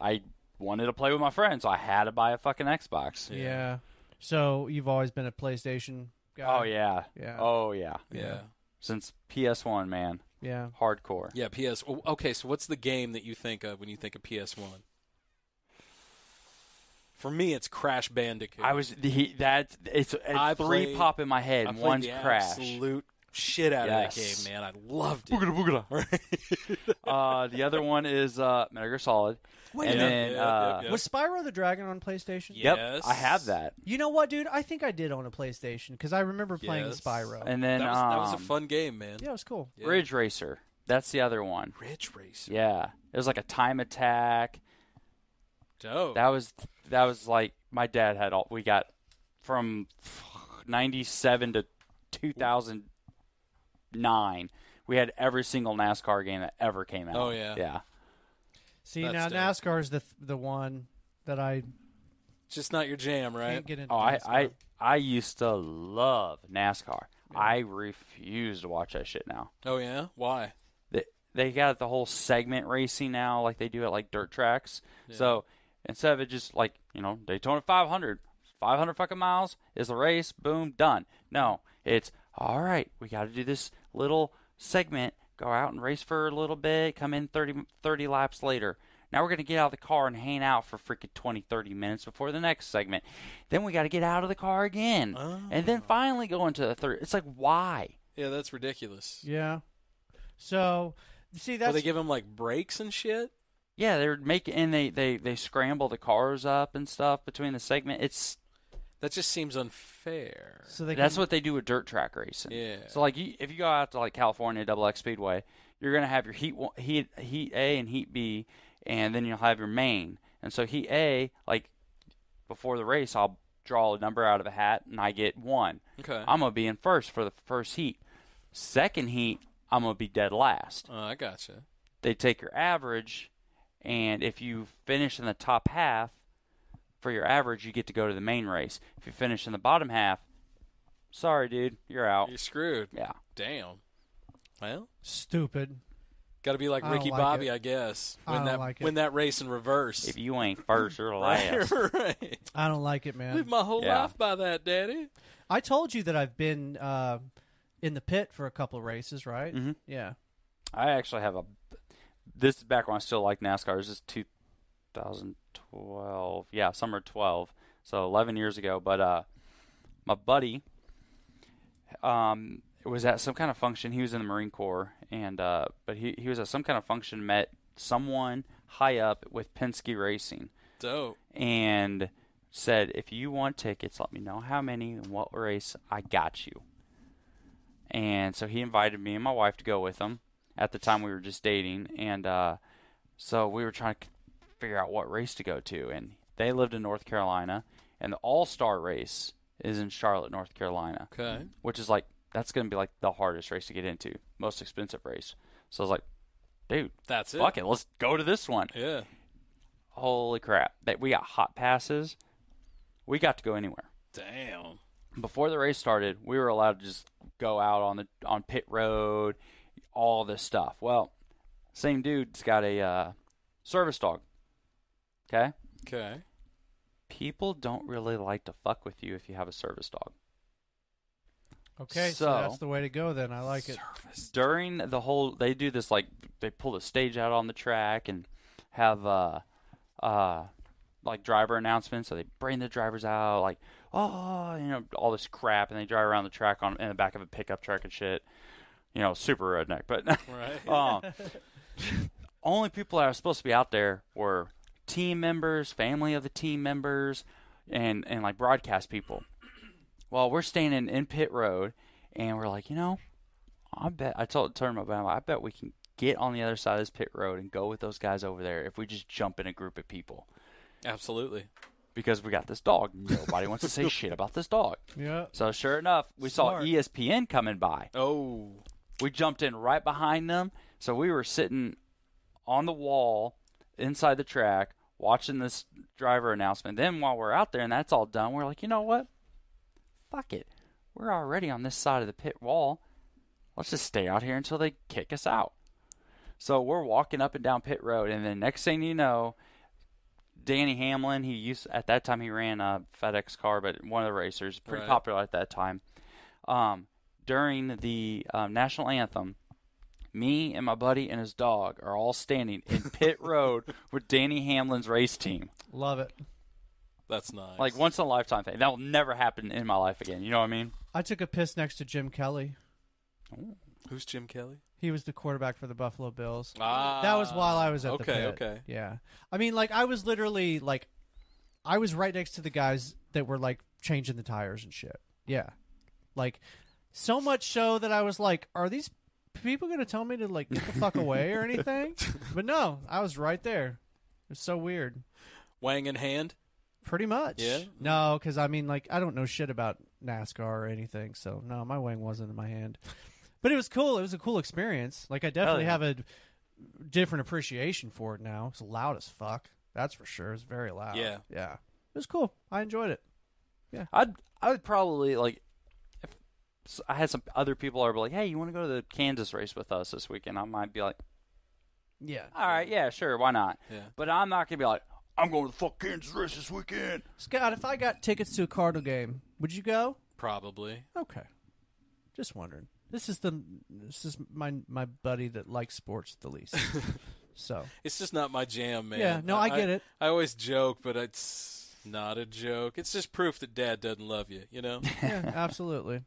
D: I wanted to play with my friends, so I had to buy a fucking Xbox.
C: Yeah. So you've always been a PlayStation guy.
D: Oh yeah.
C: Yeah.
D: Oh yeah.
B: yeah,
D: Since PS One, man,
C: Yeah.
D: hardcore.
B: yeah. PS. oh, Okay, so what's the game that you think of when you think of PS One? For me, it's Crash Bandicoot.
D: I was he, that it's, it's
B: I
D: three
B: played-
D: pop in my head,
B: I
D: and
B: played
D: one's
B: the
D: crash.
B: Absolute shit out of
D: Yes.
B: that game, man. I loved it.
D: Boogada, boogada. uh, the other one is uh, Metal Gear Solid, and
B: yeah,
D: then
B: yeah,
D: uh,
B: yeah, yeah.
C: Was Spyro the Dragon on PlayStation?
D: yep,
B: Yes.
D: I have that.
C: You know what, dude? I think I did own a PlayStation because I remember playing
B: Yes.
C: Spyro.
D: And then
B: that, was, that was a
D: um,
B: fun game, man.
C: yeah, it was cool.
B: Yeah.
D: Ridge Racer. That's the other one.
B: Ridge Racer.
D: Yeah, it was like a time attack.
B: Dope.
D: That was that was like my dad had all we got from '97 to 2009. We had every single NASCAR game that ever came out.
B: Oh, yeah.
D: yeah.
C: See,
B: That's
C: now
B: dope.
C: NASCAR is the th- the one that I
B: Just not your jam, right?
C: can't get into.
D: Oh, I I,
C: NASCAR.
D: I used to love NASCAR. I refuse to watch that shit now.
B: oh yeah. Why?
D: they they got the whole segment racing now, like they do at like dirt tracks. So instead of it just like you know Daytona 500, 500 fucking miles is the race, boom, done. No, it's all right. We got to do this little segment, go out and race for a little bit, come in 30, 30 laps later. Now we're going to get out of the car and hang out for freaking 20, 30 minutes before the next segment. Then we got to get out of the car again. And then finally go into the third. It's like, why?
B: Yeah, that's ridiculous.
C: yeah. So, see,
B: Well,
C: that's
B: they give him like breaks and shit.
D: Yeah, they're making and they, they they scramble the cars up and stuff between the segment. It's
B: That just seems unfair.
C: so they
D: that's
C: can,
D: what they do with dirt track racing.
B: Yeah.
D: So like you, if you go out to like California Double X Speedway, you're gonna have your heat one, heat heat A and heat B, and then you'll have your main. And so heat A, like before the race, I'll draw a number out of a hat and I get one.
B: Okay.
D: I'm gonna be in first for the first heat. Second heat, I'm gonna be dead last.
B: Oh, I gotcha.
D: they take your average, and if you finish in the top half for your average, you get to go to the main race. If you finish in the bottom half, sorry, dude, you're out.
B: You're screwed.
D: Yeah.
B: Damn. Well,
C: stupid.
B: got to be like
C: I don't
B: Ricky
C: like
B: Bobby,
C: it.
B: I guess.
C: I
B: Win
C: don't
B: that
C: like it.
B: win that race in reverse.
D: If you ain't first, you're
B: right,
D: last.
B: right.
C: I don't like it, man.
B: Live my whole
D: Yeah.
B: life by that, Daddy.
C: I told you that I've been uh, in the pit for a couple of races, right? Mm-hmm. Yeah.
D: I actually have a. This is back when I still like NASCAR. This is 2012. Yeah, summer 12. So 11 years ago. But uh, my buddy um, was at some kind of function. He was in the Marine Corps, and uh, but he he was at some kind of function. Met someone high up with Penske Racing,
B: Dope.
D: and said, "If you want tickets, let me know how many and what race. I got you." and so he invited me and my wife to go with him. At the time, we were just dating, and uh, so we were trying to figure out what race to go to. And they lived in North Carolina, and the All Star race is in Charlotte, North Carolina.
B: Okay.
D: Which is like that's going to be like the hardest race to get into, most expensive race. So I was like, dude,
B: That's it.
D: fuck it, let's go to this one.
B: Yeah.
D: Holy crap! That we got hot passes. We got to go anywhere
B: Damn.
D: before the race started, we were allowed to just go out on the on pit road, all this stuff. Well, same dude's got a uh, service dog. Okay,
B: Okay.
D: people don't really like to fuck with you if you have a service dog.
C: Okay, so,
D: So-
C: that's the way to go. Then I like it.
D: During the whole, they do this like they pull the stage out on the track and have uh uh like driver announcements. So they bring the drivers out like oh you know all this crap and they drive around the track on in the back of a pickup truck and shit. You know, super redneck, but
B: Right.
D: um, only people that were supposed to be out there were team members, family of the team members, and and like broadcast people. Well, we're standing in pit road, and we're like, you know, I bet I told turned my back. I'm like, I bet we can get on the other side of this pit road and go with those guys over there if we just jump in a group of people
B: Absolutely.
D: because we got this dog. Nobody wants to say shit about this dog.
C: Yeah.
D: So sure enough, we
C: Smart.
D: saw E ESPN coming by.
B: Oh.
D: We jumped in right behind them. So we were sitting on the wall inside the track watching this driver announcement. Then while we're out there and that's all done, we're like, you know what? Fuck it. We're already on this side of the pit wall. Let's just stay out here until they kick us out. So we're walking up and down pit road, and then next thing you know, Danny Hamlin, he used at that time he ran a FedEx car, but one of the racers, pretty
B: Right.
D: popular at that time. Um, during the um, national anthem, me and my buddy and his dog are all standing in pit road with Danny Hamlin's race team.
C: Love it.
B: That's nice.
D: Like once in a lifetime thing. That will never happen in my life again. You know what I mean?
C: I took a piss next to Jim Kelly.
B: Who's Jim Kelly?
C: He was the quarterback for the Buffalo Bills.
B: Ah.
C: that was while I was at
B: okay,
C: the pit.
B: Okay.
C: Yeah. I mean, like I was literally like, I was right next to the guys that were like changing the tires and shit. Yeah. Like, so much so that I was like, are these people gonna tell me to like get the fuck away or anything? But no, I was right there. It's so weird.
B: Wang in hand.
C: Pretty much.
B: Yeah?
C: No, because I mean, like, I don't know shit about NASCAR or anything, so no, my wing wasn't in my hand. But it was cool. It was a cool experience. Like, I definitely
D: yeah.
C: have a different appreciation for it now. It's loud as fuck. That's for sure. It's very loud.
B: Yeah.
C: Yeah. It was cool. I enjoyed it.
D: I'd I would probably like if I had some other people are like, hey, you want to go to the Kansas race with us this weekend? I might be like,
C: Yeah.
D: all right, yeah, sure, why not?
B: Yeah.
D: But I'm not gonna be like,
I: I'm going to the fuck Kansas race this weekend.
C: Scott, if I got tickets to a Cardinal game, would you go?
B: Probably.
C: Okay. Just wondering. This is the this is my my buddy that likes sports the least. so
B: It's just not my jam, man.
C: Yeah, no, I get it.
B: I, always joke, but it's not a joke. It's just proof that dad doesn't love you, you know?
C: yeah, absolutely.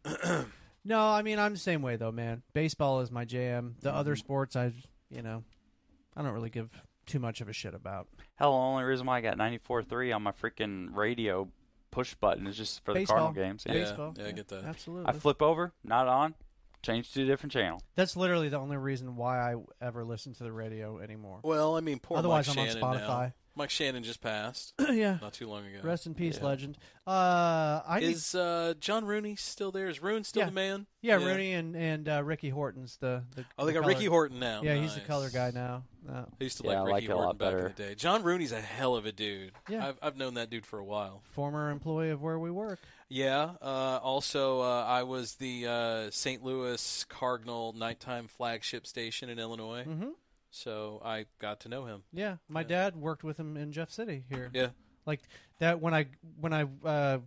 C: no, I mean I'm the same way though, man. Baseball is my jam.
D: Mm-hmm.
C: The other sports, I you know, I don't really give too much of a shit about.
D: hell, the only reason why I got 94.3 on my freaking radio push button is just for the
C: Baseball.
D: Cardinal games.
B: Yeah,
D: Yeah.
C: Baseball,
B: yeah, I get that.
C: Absolutely.
D: I flip over, not on, change to a different channel.
C: That's literally the only reason why I ever listen to the radio anymore.
B: Well, I mean, poor
C: Otherwise,
B: Mike
C: I'm on
B: Shannon now.
C: Spotify.
B: Mike Shannon just passed
C: yeah.
B: not too long ago.
C: Rest in peace,
B: Yeah.
C: legend. Uh, I need-
B: Is uh, John Rooney still there? Is Rooney still
C: Yeah.
B: the man?
C: yeah, Rooney and and uh, Ricky Horton's the, the
B: Oh, they
C: the
B: got
C: color-
B: Ricky Horton now.
C: Yeah, he's the
B: Nice.
C: color guy now. Uh,
B: I used to
D: Yeah, I
B: like
D: like
B: Ricky
D: it a
B: Horton
D: lot
B: back in
D: better.
B: the day. John Rooney's a hell of a dude.
C: Yeah.
B: I've, I've known that dude for a while.
C: former employee of where we work.
B: Yeah. Uh, also, uh, I was the uh, St. Louis Cardinal nighttime flagship station in Illinois.
C: Mhm.
B: So I got to know him.
C: Yeah, my dad worked with him in Jeff City here.
B: Yeah.
C: like that when I when I uh,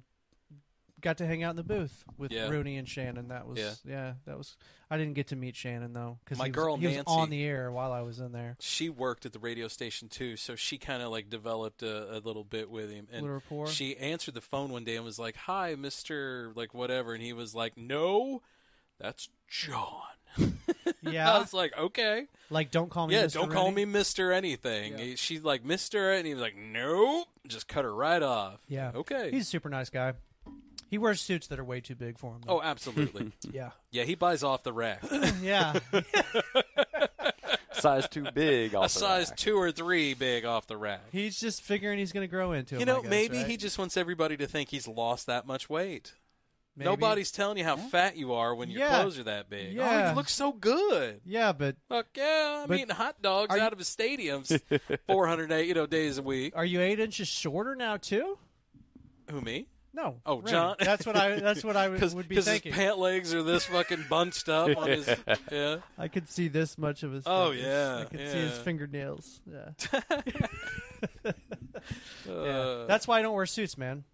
C: got to hang out in the booth with
B: Yeah.
C: Rooney and Shannon. That was
B: Yeah.
C: yeah. that was. I didn't get to meet Shannon though because
B: My
C: he was,
B: girl
C: he was
B: Nancy-
C: on the air while I was in there.
B: She worked at the radio station too, so she kind of like developed a, a little bit with him. And
C: Little rapport.
B: she answered the phone one day and was like, "Hi, Mister, like whatever," and he was like, "No, that's John." I
C: Yeah,
B: was like, "Okay."
C: like don't call me.
B: Yeah,
C: Mr.
B: don't call me
C: Rooney.
B: Mister anything.
C: Yeah.
B: He- She's like Mister, and he was like, "Nope," just cut her right off.
C: Yeah,
B: okay.
C: He's a super nice guy. He wears suits that are way too big for him.
B: Oh,
C: though.
B: absolutely.
C: yeah,
B: yeah, he buys off the rack.
C: yeah.
D: Size too big.
B: A
D: off the
B: size
D: rack.
B: two or three big off the rack.
C: He's just figuring he's going to grow into it.
B: You know, maybe he just wants everybody to think he's lost that much weight. Nobody's telling you how fat you are when your
C: Yeah.
B: clothes are that big. Oh,
C: Yeah.
B: you look so good.
C: Yeah, but
B: Fuck yeah! I'm
C: But
B: eating hot dogs
C: are you-
B: out of the stadiums 408 you know days a week.
C: are you eight inches shorter now too?
B: Who me?
C: No.
B: Oh,
C: Randy.
B: John.
C: That's what I. That's what I
B: Because
C: would be
B: his
C: thinking.
B: pant legs are this fucking bunched up on his. Yeah.
C: I could see this much of his.
B: Oh,
C: fingers.
B: yeah,
C: I could see his
B: yeah.
C: fingernails. Yeah.
B: Uh,
C: That's why I don't wear suits, man.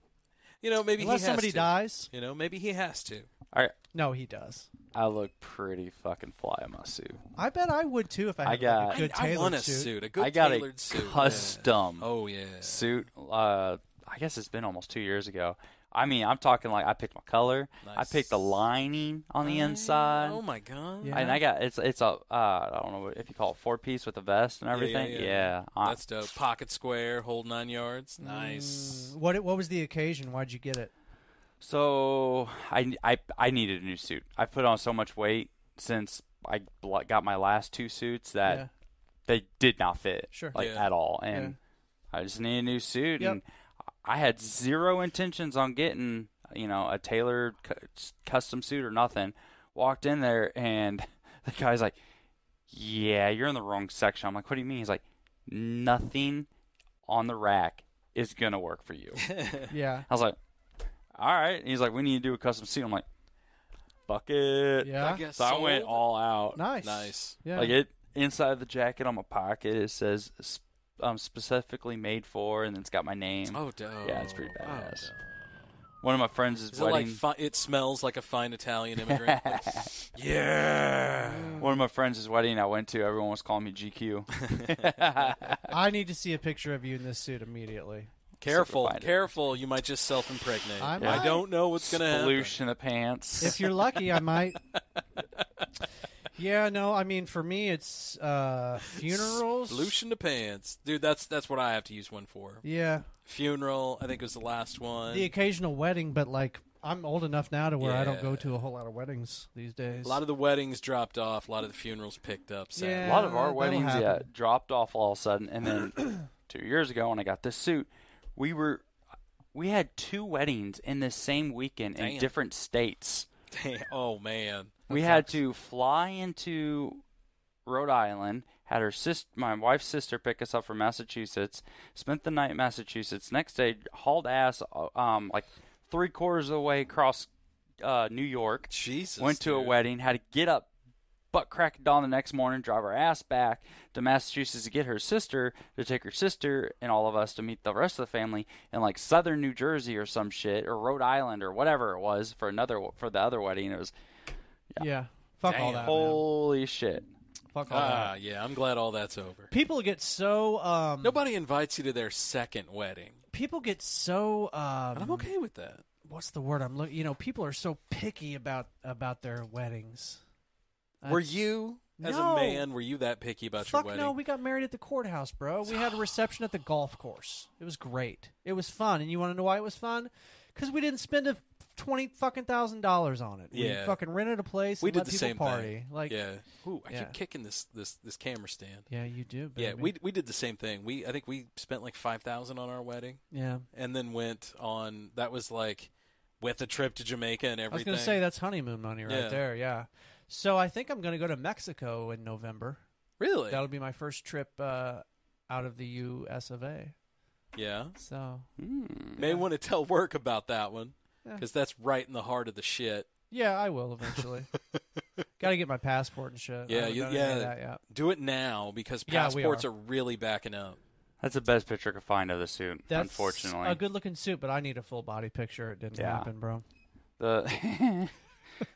B: you know maybe
C: Unless
B: he has
C: somebody
B: to.
C: dies.
B: You know maybe he has to.
D: All right,
C: No, he does.
D: I look pretty fucking fly in my suit.
C: I bet I would too if I
D: I
C: had
D: got-
C: like, a good
B: I, I
C: tailored
B: want a
C: suit.
B: suit. A good
D: I got a
B: tailored suit. yeah.
D: custom
B: Oh yeah.
D: suit. Uh, I guess it's been almost two years ago. I mean, I'm talking like I picked my color.
B: Nice.
D: I picked the lining on the inside.
B: Oh my god.
C: Yeah.
D: And I got it's it's a uh, I don't know what- if you call it four piece with a vest and everything.
B: yeah.
D: I-
B: That's dope. Pocket square, whole nine yards.
C: Mm.
B: Nice.
C: What What was the occasion? Why'd you get it?
D: so I, I I needed a new suit. I put on so much weight since I bl- got my last two suits that
C: Yeah.
D: they did not fit
C: Sure.
D: like
B: Yeah.
D: at all, and I just need a new suit.
C: Yep.
D: And I had zero intentions on getting you know a tailored cu- custom suit or nothing. Walked in there and the guy's like, "Yeah, you're in the wrong section." I'm like, "What do you mean?" He's like, "Nothing on the rack is gonna work for you."
C: Yeah.
D: I was like, all right. And he's like, we need to do a custom suit. I'm like, fuck it.
C: Yeah.
B: guess
D: So I went
B: sold.
D: all out.
C: Nice.
B: Nice.
C: Yeah.
D: Like it inside the jacket on my pocket, it says s- um, specifically made for, and it's got my name.
B: Oh dope.
D: Yeah, it's pretty
B: Oh,
D: badass.
B: dope.
D: One of my friends'
B: Is it like
D: wedding.
B: fi- it smells like a fine Italian immigrant? Like, yeah.
D: one of my friends' wedding I went to, everyone was calling me GQ.
C: I need to see a picture of you in this suit immediately.
B: Careful,
D: Simplified it.
B: careful. You might just self-impregnate.
C: I
B: I,
C: might.
B: don't know what's gonna happen.
D: Sploosh in the pants.
C: If you're lucky, I might. Yeah, no, I mean for me it's uh funerals.
B: Solution to pants, dude. That's that's what I have to use one for.
C: Yeah.
B: Funeral. I think was the last one.
C: The occasional wedding, but like I'm old enough now to where I don't go
B: Yeah.
C: to a whole lot of weddings these days.
B: a lot of the weddings dropped off. A lot of the funerals picked up. Sad.
C: Yeah.
D: A lot of our
C: that'll
D: weddings yeah,
C: happen.
D: dropped off all of a sudden, and then two years ago when I got this suit, we were we had two weddings in the same weekend in
B: Damn.
D: different states.
B: Damn. Oh man.
D: we had to fly into Rhode Island, had her sis my wife's sister pick us up from Massachusetts, spent the night in Massachusetts. Next day, hauled ass uh, um like three quarters of the way across uh, New York.
B: Jesus.
D: Went to a
B: dude.
D: wedding, had to get up butt crack of dawn the next morning, drive her ass back to Massachusetts to get her sister, to take her sister and all of us to meet the rest of the family in like southern New Jersey or some shit, or Rhode Island or whatever it was for another for the other wedding. It was
C: Yeah. Fuck all that. man.
D: holy shit.
C: Fuck all
B: Ah,
C: that.
B: yeah. I'm glad all that's over.
C: People get so um
B: Nobody invites you to their second wedding,
C: people get so um
B: and I'm okay with that.
C: what's the word I'm looking you know, people are so picky about about their weddings.
B: were you, as
C: No.
B: a man, were you that picky about
C: Fuck
B: your wedding?
C: no, we got married at the courthouse, bro. We had a reception at the golf course. It was great. It was fun, and you want to know why it was fun? Because we didn't spend a twenty fucking thousand dollars on it.
B: Yeah.
C: we fucking rented a place.
B: We
C: and
B: did
C: let
B: the
C: people
B: same
C: party.
B: thing.
C: Like,
B: yeah. Ooh, I
C: yeah.
B: keep kicking this this this camera stand.
C: yeah, you do. Baby.
B: Yeah, we we did the same thing. We I think we spent like five thousand on our wedding,
C: Yeah,
B: and then went on. That was like with a trip to Jamaica and
C: I was
B: everything.
C: gonna say that's honeymoon money right
B: Yeah.
C: there. Yeah. So I think I'm gonna go to Mexico in November.
B: really.
C: That'll be my first trip uh, out of the U.S. of A.
B: yeah,
C: So
B: may want to tell work about that one
C: Mm, Yeah.
B: because that's right in the heart of the shit.
C: yeah, I will eventually. got to get my passport and shit. I
B: Yeah,
C: haven't
B: you-
C: done any of
B: yeah.
C: that yet.
B: Do it now because
C: Yeah, we
B: passports
C: are.
B: are. really backing up.
D: That's the best picture I could find of the suit.
C: That's
D: unfortunately,
C: a good looking suit, but I need a full body picture. It didn't
D: Yeah.
C: happen, bro.
D: the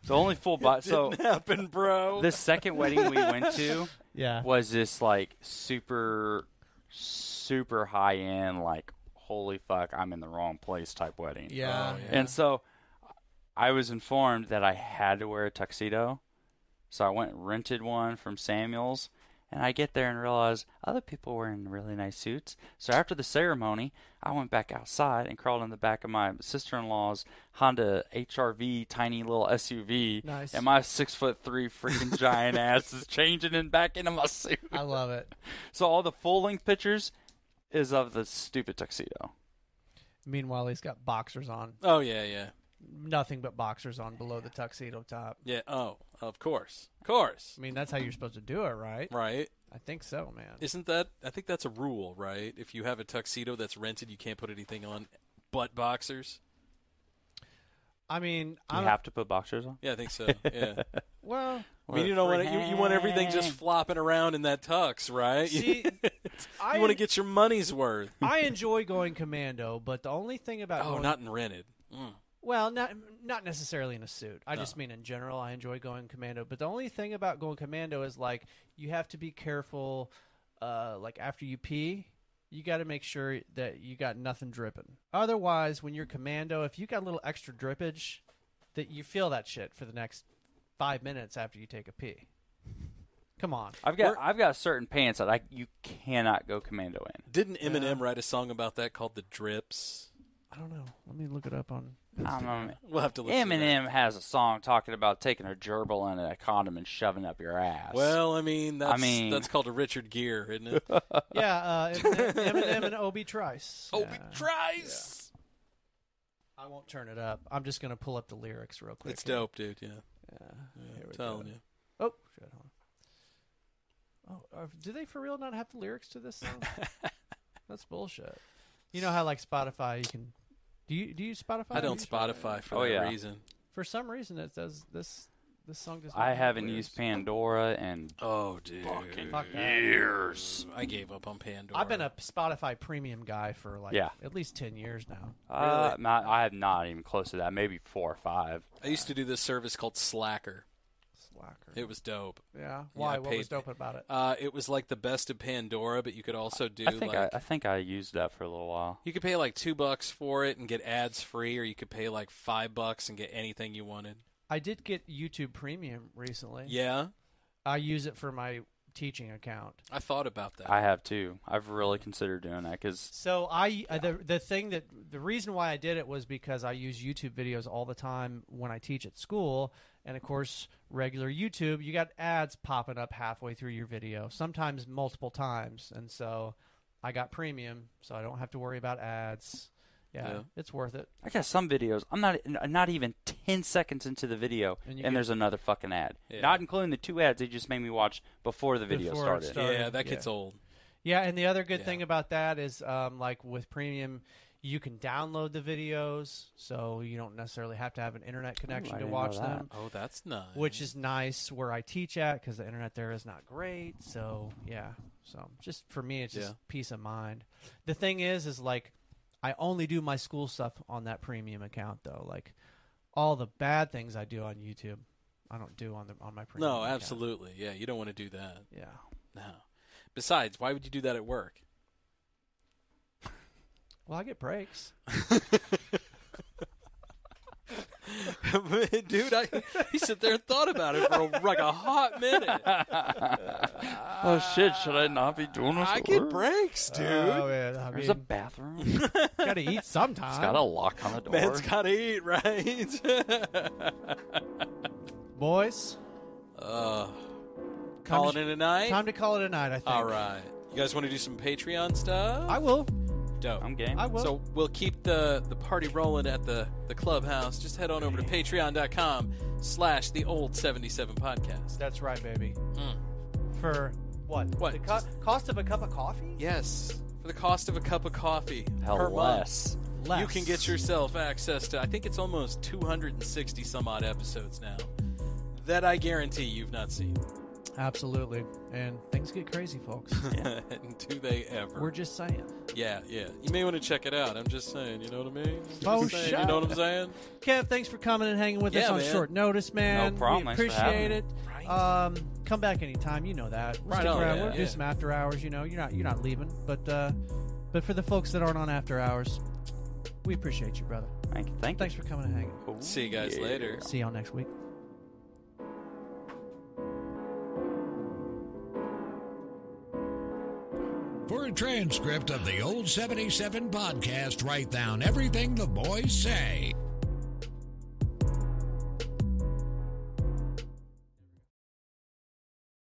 D: the only full body. so
B: happen, bro.
D: the second wedding we went to
C: Yeah,
D: was this like super super high end like holy fuck I'm in the wrong place type wedding.
C: yeah.
B: Oh, yeah.
D: And so I was informed that I had to wear a tuxedo. So I went and rented one from Samuels And I get there and realize other people were in really nice suits. So after the ceremony, I went back outside and crawled in the back of my sister in law's Honda HRV tiny little SUV.
C: Nice.
D: And my six foot three freaking giant ass is changing and back into my suit.
C: I love it.
D: So all the full length pictures is of the stupid tuxedo.
C: Meanwhile, he's got boxers on.
B: Oh yeah, yeah,
C: Nothing but boxers on below the tuxedo top.
B: yeah. Oh, of course, of course.
C: I mean, that's how you're supposed to do it, right?
B: Right?
C: I think so, man.
B: Isn't that? I think that's a rule, right? If you have a tuxedo that's rented, you can't put anything on but boxers.
C: I mean,
D: You
C: I'm,
D: have to put boxers on.
B: Yeah, I think so. Yeah.
C: well,
B: I mean, you don't want you, you want everything just flopping around in that tux, right?
C: See, I
B: you want to get your money's worth.
C: I enjoy going commando, but the only thing about
B: Oh,
C: going-
B: not in rented. Mm.
C: well, not not necessarily in a suit. I just
B: No.
C: mean in general, I enjoy going commando. But the only thing about going commando is like you have to be careful. Uh, like after you pee, you got to make sure that you got nothing dripping. Otherwise, when you're commando, if you got a little extra drippage, that you feel that shit for the next five minutes after you take a pee. Come on.
D: I've got I've got certain pants that I you cannot go commando in.
B: Didn't Eminem write a song about that called "The Drips"?
C: I don't know. Let me look it up on.
D: I don't know.
B: We'll have to listen. To that.
D: Eminem has a song talking about taking a gerbil and a condom and shoving up your ass.
B: Well, I mean, that's
D: mean-
B: that's called a Richard Gere, isn't it?
C: Yeah, uh, Eminem, Eminem and Obi Trice.
B: Obi
C: Yeah.
B: Trice.
C: I won't turn it up. I'm just gonna pull up the lyrics real quick.
B: It's dope, dude. Yeah,
C: Yeah.
B: yeah
C: Here we
B: telling
C: go.
B: you.
C: Oh shit! Hold on. Oh, are, do they for real not have the lyrics to this song? That's bullshit. You know how like Spotify, you can. Do you do you Spotify?
B: I don't
C: Use Spotify?
B: Spotify for
D: Oh,
B: that
D: yeah.
B: reason.
C: For some reason, it does this. This song does. not
D: I
C: have
D: haven't
C: lyrics.
D: used Pandora and
B: Oh, dude.
C: Fuck that.
B: years. I gave up on Pandora.
C: I've been a Spotify premium guy for like
D: Yeah.
C: at least ten years now.
D: uh, not, I have not even close to that. Maybe four or five.
B: I used to do this service called Slacker.
C: Slacker.
B: It was dope.
C: yeah. Why?
B: I
C: what was
B: paid-
C: dope about it?
B: Uh, it was like the best of Pandora, but you could also do
D: I think
B: like
D: I, I think I used that for a little while.
B: you could pay like two bucks for it and get ads free, or you could pay like five bucks and get anything you wanted.
C: I did get YouTube Premium recently.
B: Yeah,
C: I use it for my teaching account.
B: I thought about that.
D: I have too. I've really considered doing that because
C: So I uh, the the thing that the reason why I did it was because I use YouTube videos all the time when I teach at school, and of course regular YouTube you got ads popping up halfway through your video, sometimes multiple times, and so I got premium, so I don't have to worry about ads. Yeah,
B: Yeah.
C: it's worth it.
D: I got some videos. I'm not n- not even ten seconds into the video,
C: And
D: and,
C: you get-
D: there's another fucking ad.
B: Yeah.
D: Not including the two ads they just made me watch before the video
C: Before it
D: started.
C: started.
B: yeah, that
C: Yeah.
B: gets old.
C: Yeah, and the other good
B: Yeah.
C: thing about that is, um, like with premium, you can download the videos, so you don't necessarily have to have an internet connection
D: I
C: to
D: didn't know
C: watch
D: that.
C: them,
B: Oh, that's nice.
C: which is nice where I teach at because the internet there is not great. So yeah, so just for me, it's just
B: Yeah.
C: peace of mind. The thing is, is like I only do my school stuff on that premium account though. Like all the bad things I do on YouTube, I don't do on the on my premium.
B: no,
C: account.
B: absolutely. Yeah, you don't want to do that.
C: Yeah.
B: No. Besides, why would you do that at work?
C: Well, I get breaks.
B: Dude, I you sit there and thought about it for a, like a hot minute.
D: Oh shit! Should I not be doing this?
B: I
D: at
B: get
D: work?
B: breaks, dude.
C: Oh, yeah, I
D: There's
C: mean-
D: a bathroom. it's
C: gotta eat sometime.
D: got a lock on the door.
B: Man's gotta eat, right?
C: Boys,
B: uh,
C: time
B: call it
C: to,
B: in a night.
C: time to call it a night. I think.
B: All right. You guys want to do some Patreon stuff?
C: I will.
B: Dope.
D: I'm game.
C: I will.
B: So we'll keep the, the party rolling at the, the clubhouse. Just head on over to patreon.com slash the old 77 podcast.
C: That's right, baby. For what?
B: Hmm. What?
C: The co- cost of a cup of coffee?
B: Yes. For the cost of a cup of coffee
D: Hell,
B: per
D: less.
B: month,
C: Less.
B: you can get yourself access to, I think it's almost 260 some odd episodes now that I guarantee you've not seen.
C: Absolutely. And things get crazy, folks.
B: Do they ever?
C: We're just saying.
B: Yeah, yeah. You may want to check it out. I'm just saying. You know what I mean? Just
C: Oh,
B: saying,
C: shut
B: You know what I'm saying?
C: Kev, thanks for coming and hanging with us
B: Yeah,
C: on
B: man.
C: short notice, man.
D: No problem.
C: We
D: Thanks for having
C: appreciate it.
B: me. Right.
C: Um, come back anytime. You know that.
B: Right
C: Stick
B: on,
C: around.
B: man.
C: We'll do
B: Yeah.
C: some after hours. You know, you're not you're not leaving, but uh, but for the folks that aren't on after hours, we appreciate you, brother.
D: Thank you. Thank you.
C: Thanks for coming and hanging.
D: Ooh,
B: See you guys
D: yeah.
B: later.
C: See y'all next week.
A: For a transcript of the Old 77 podcast, write down everything the boys say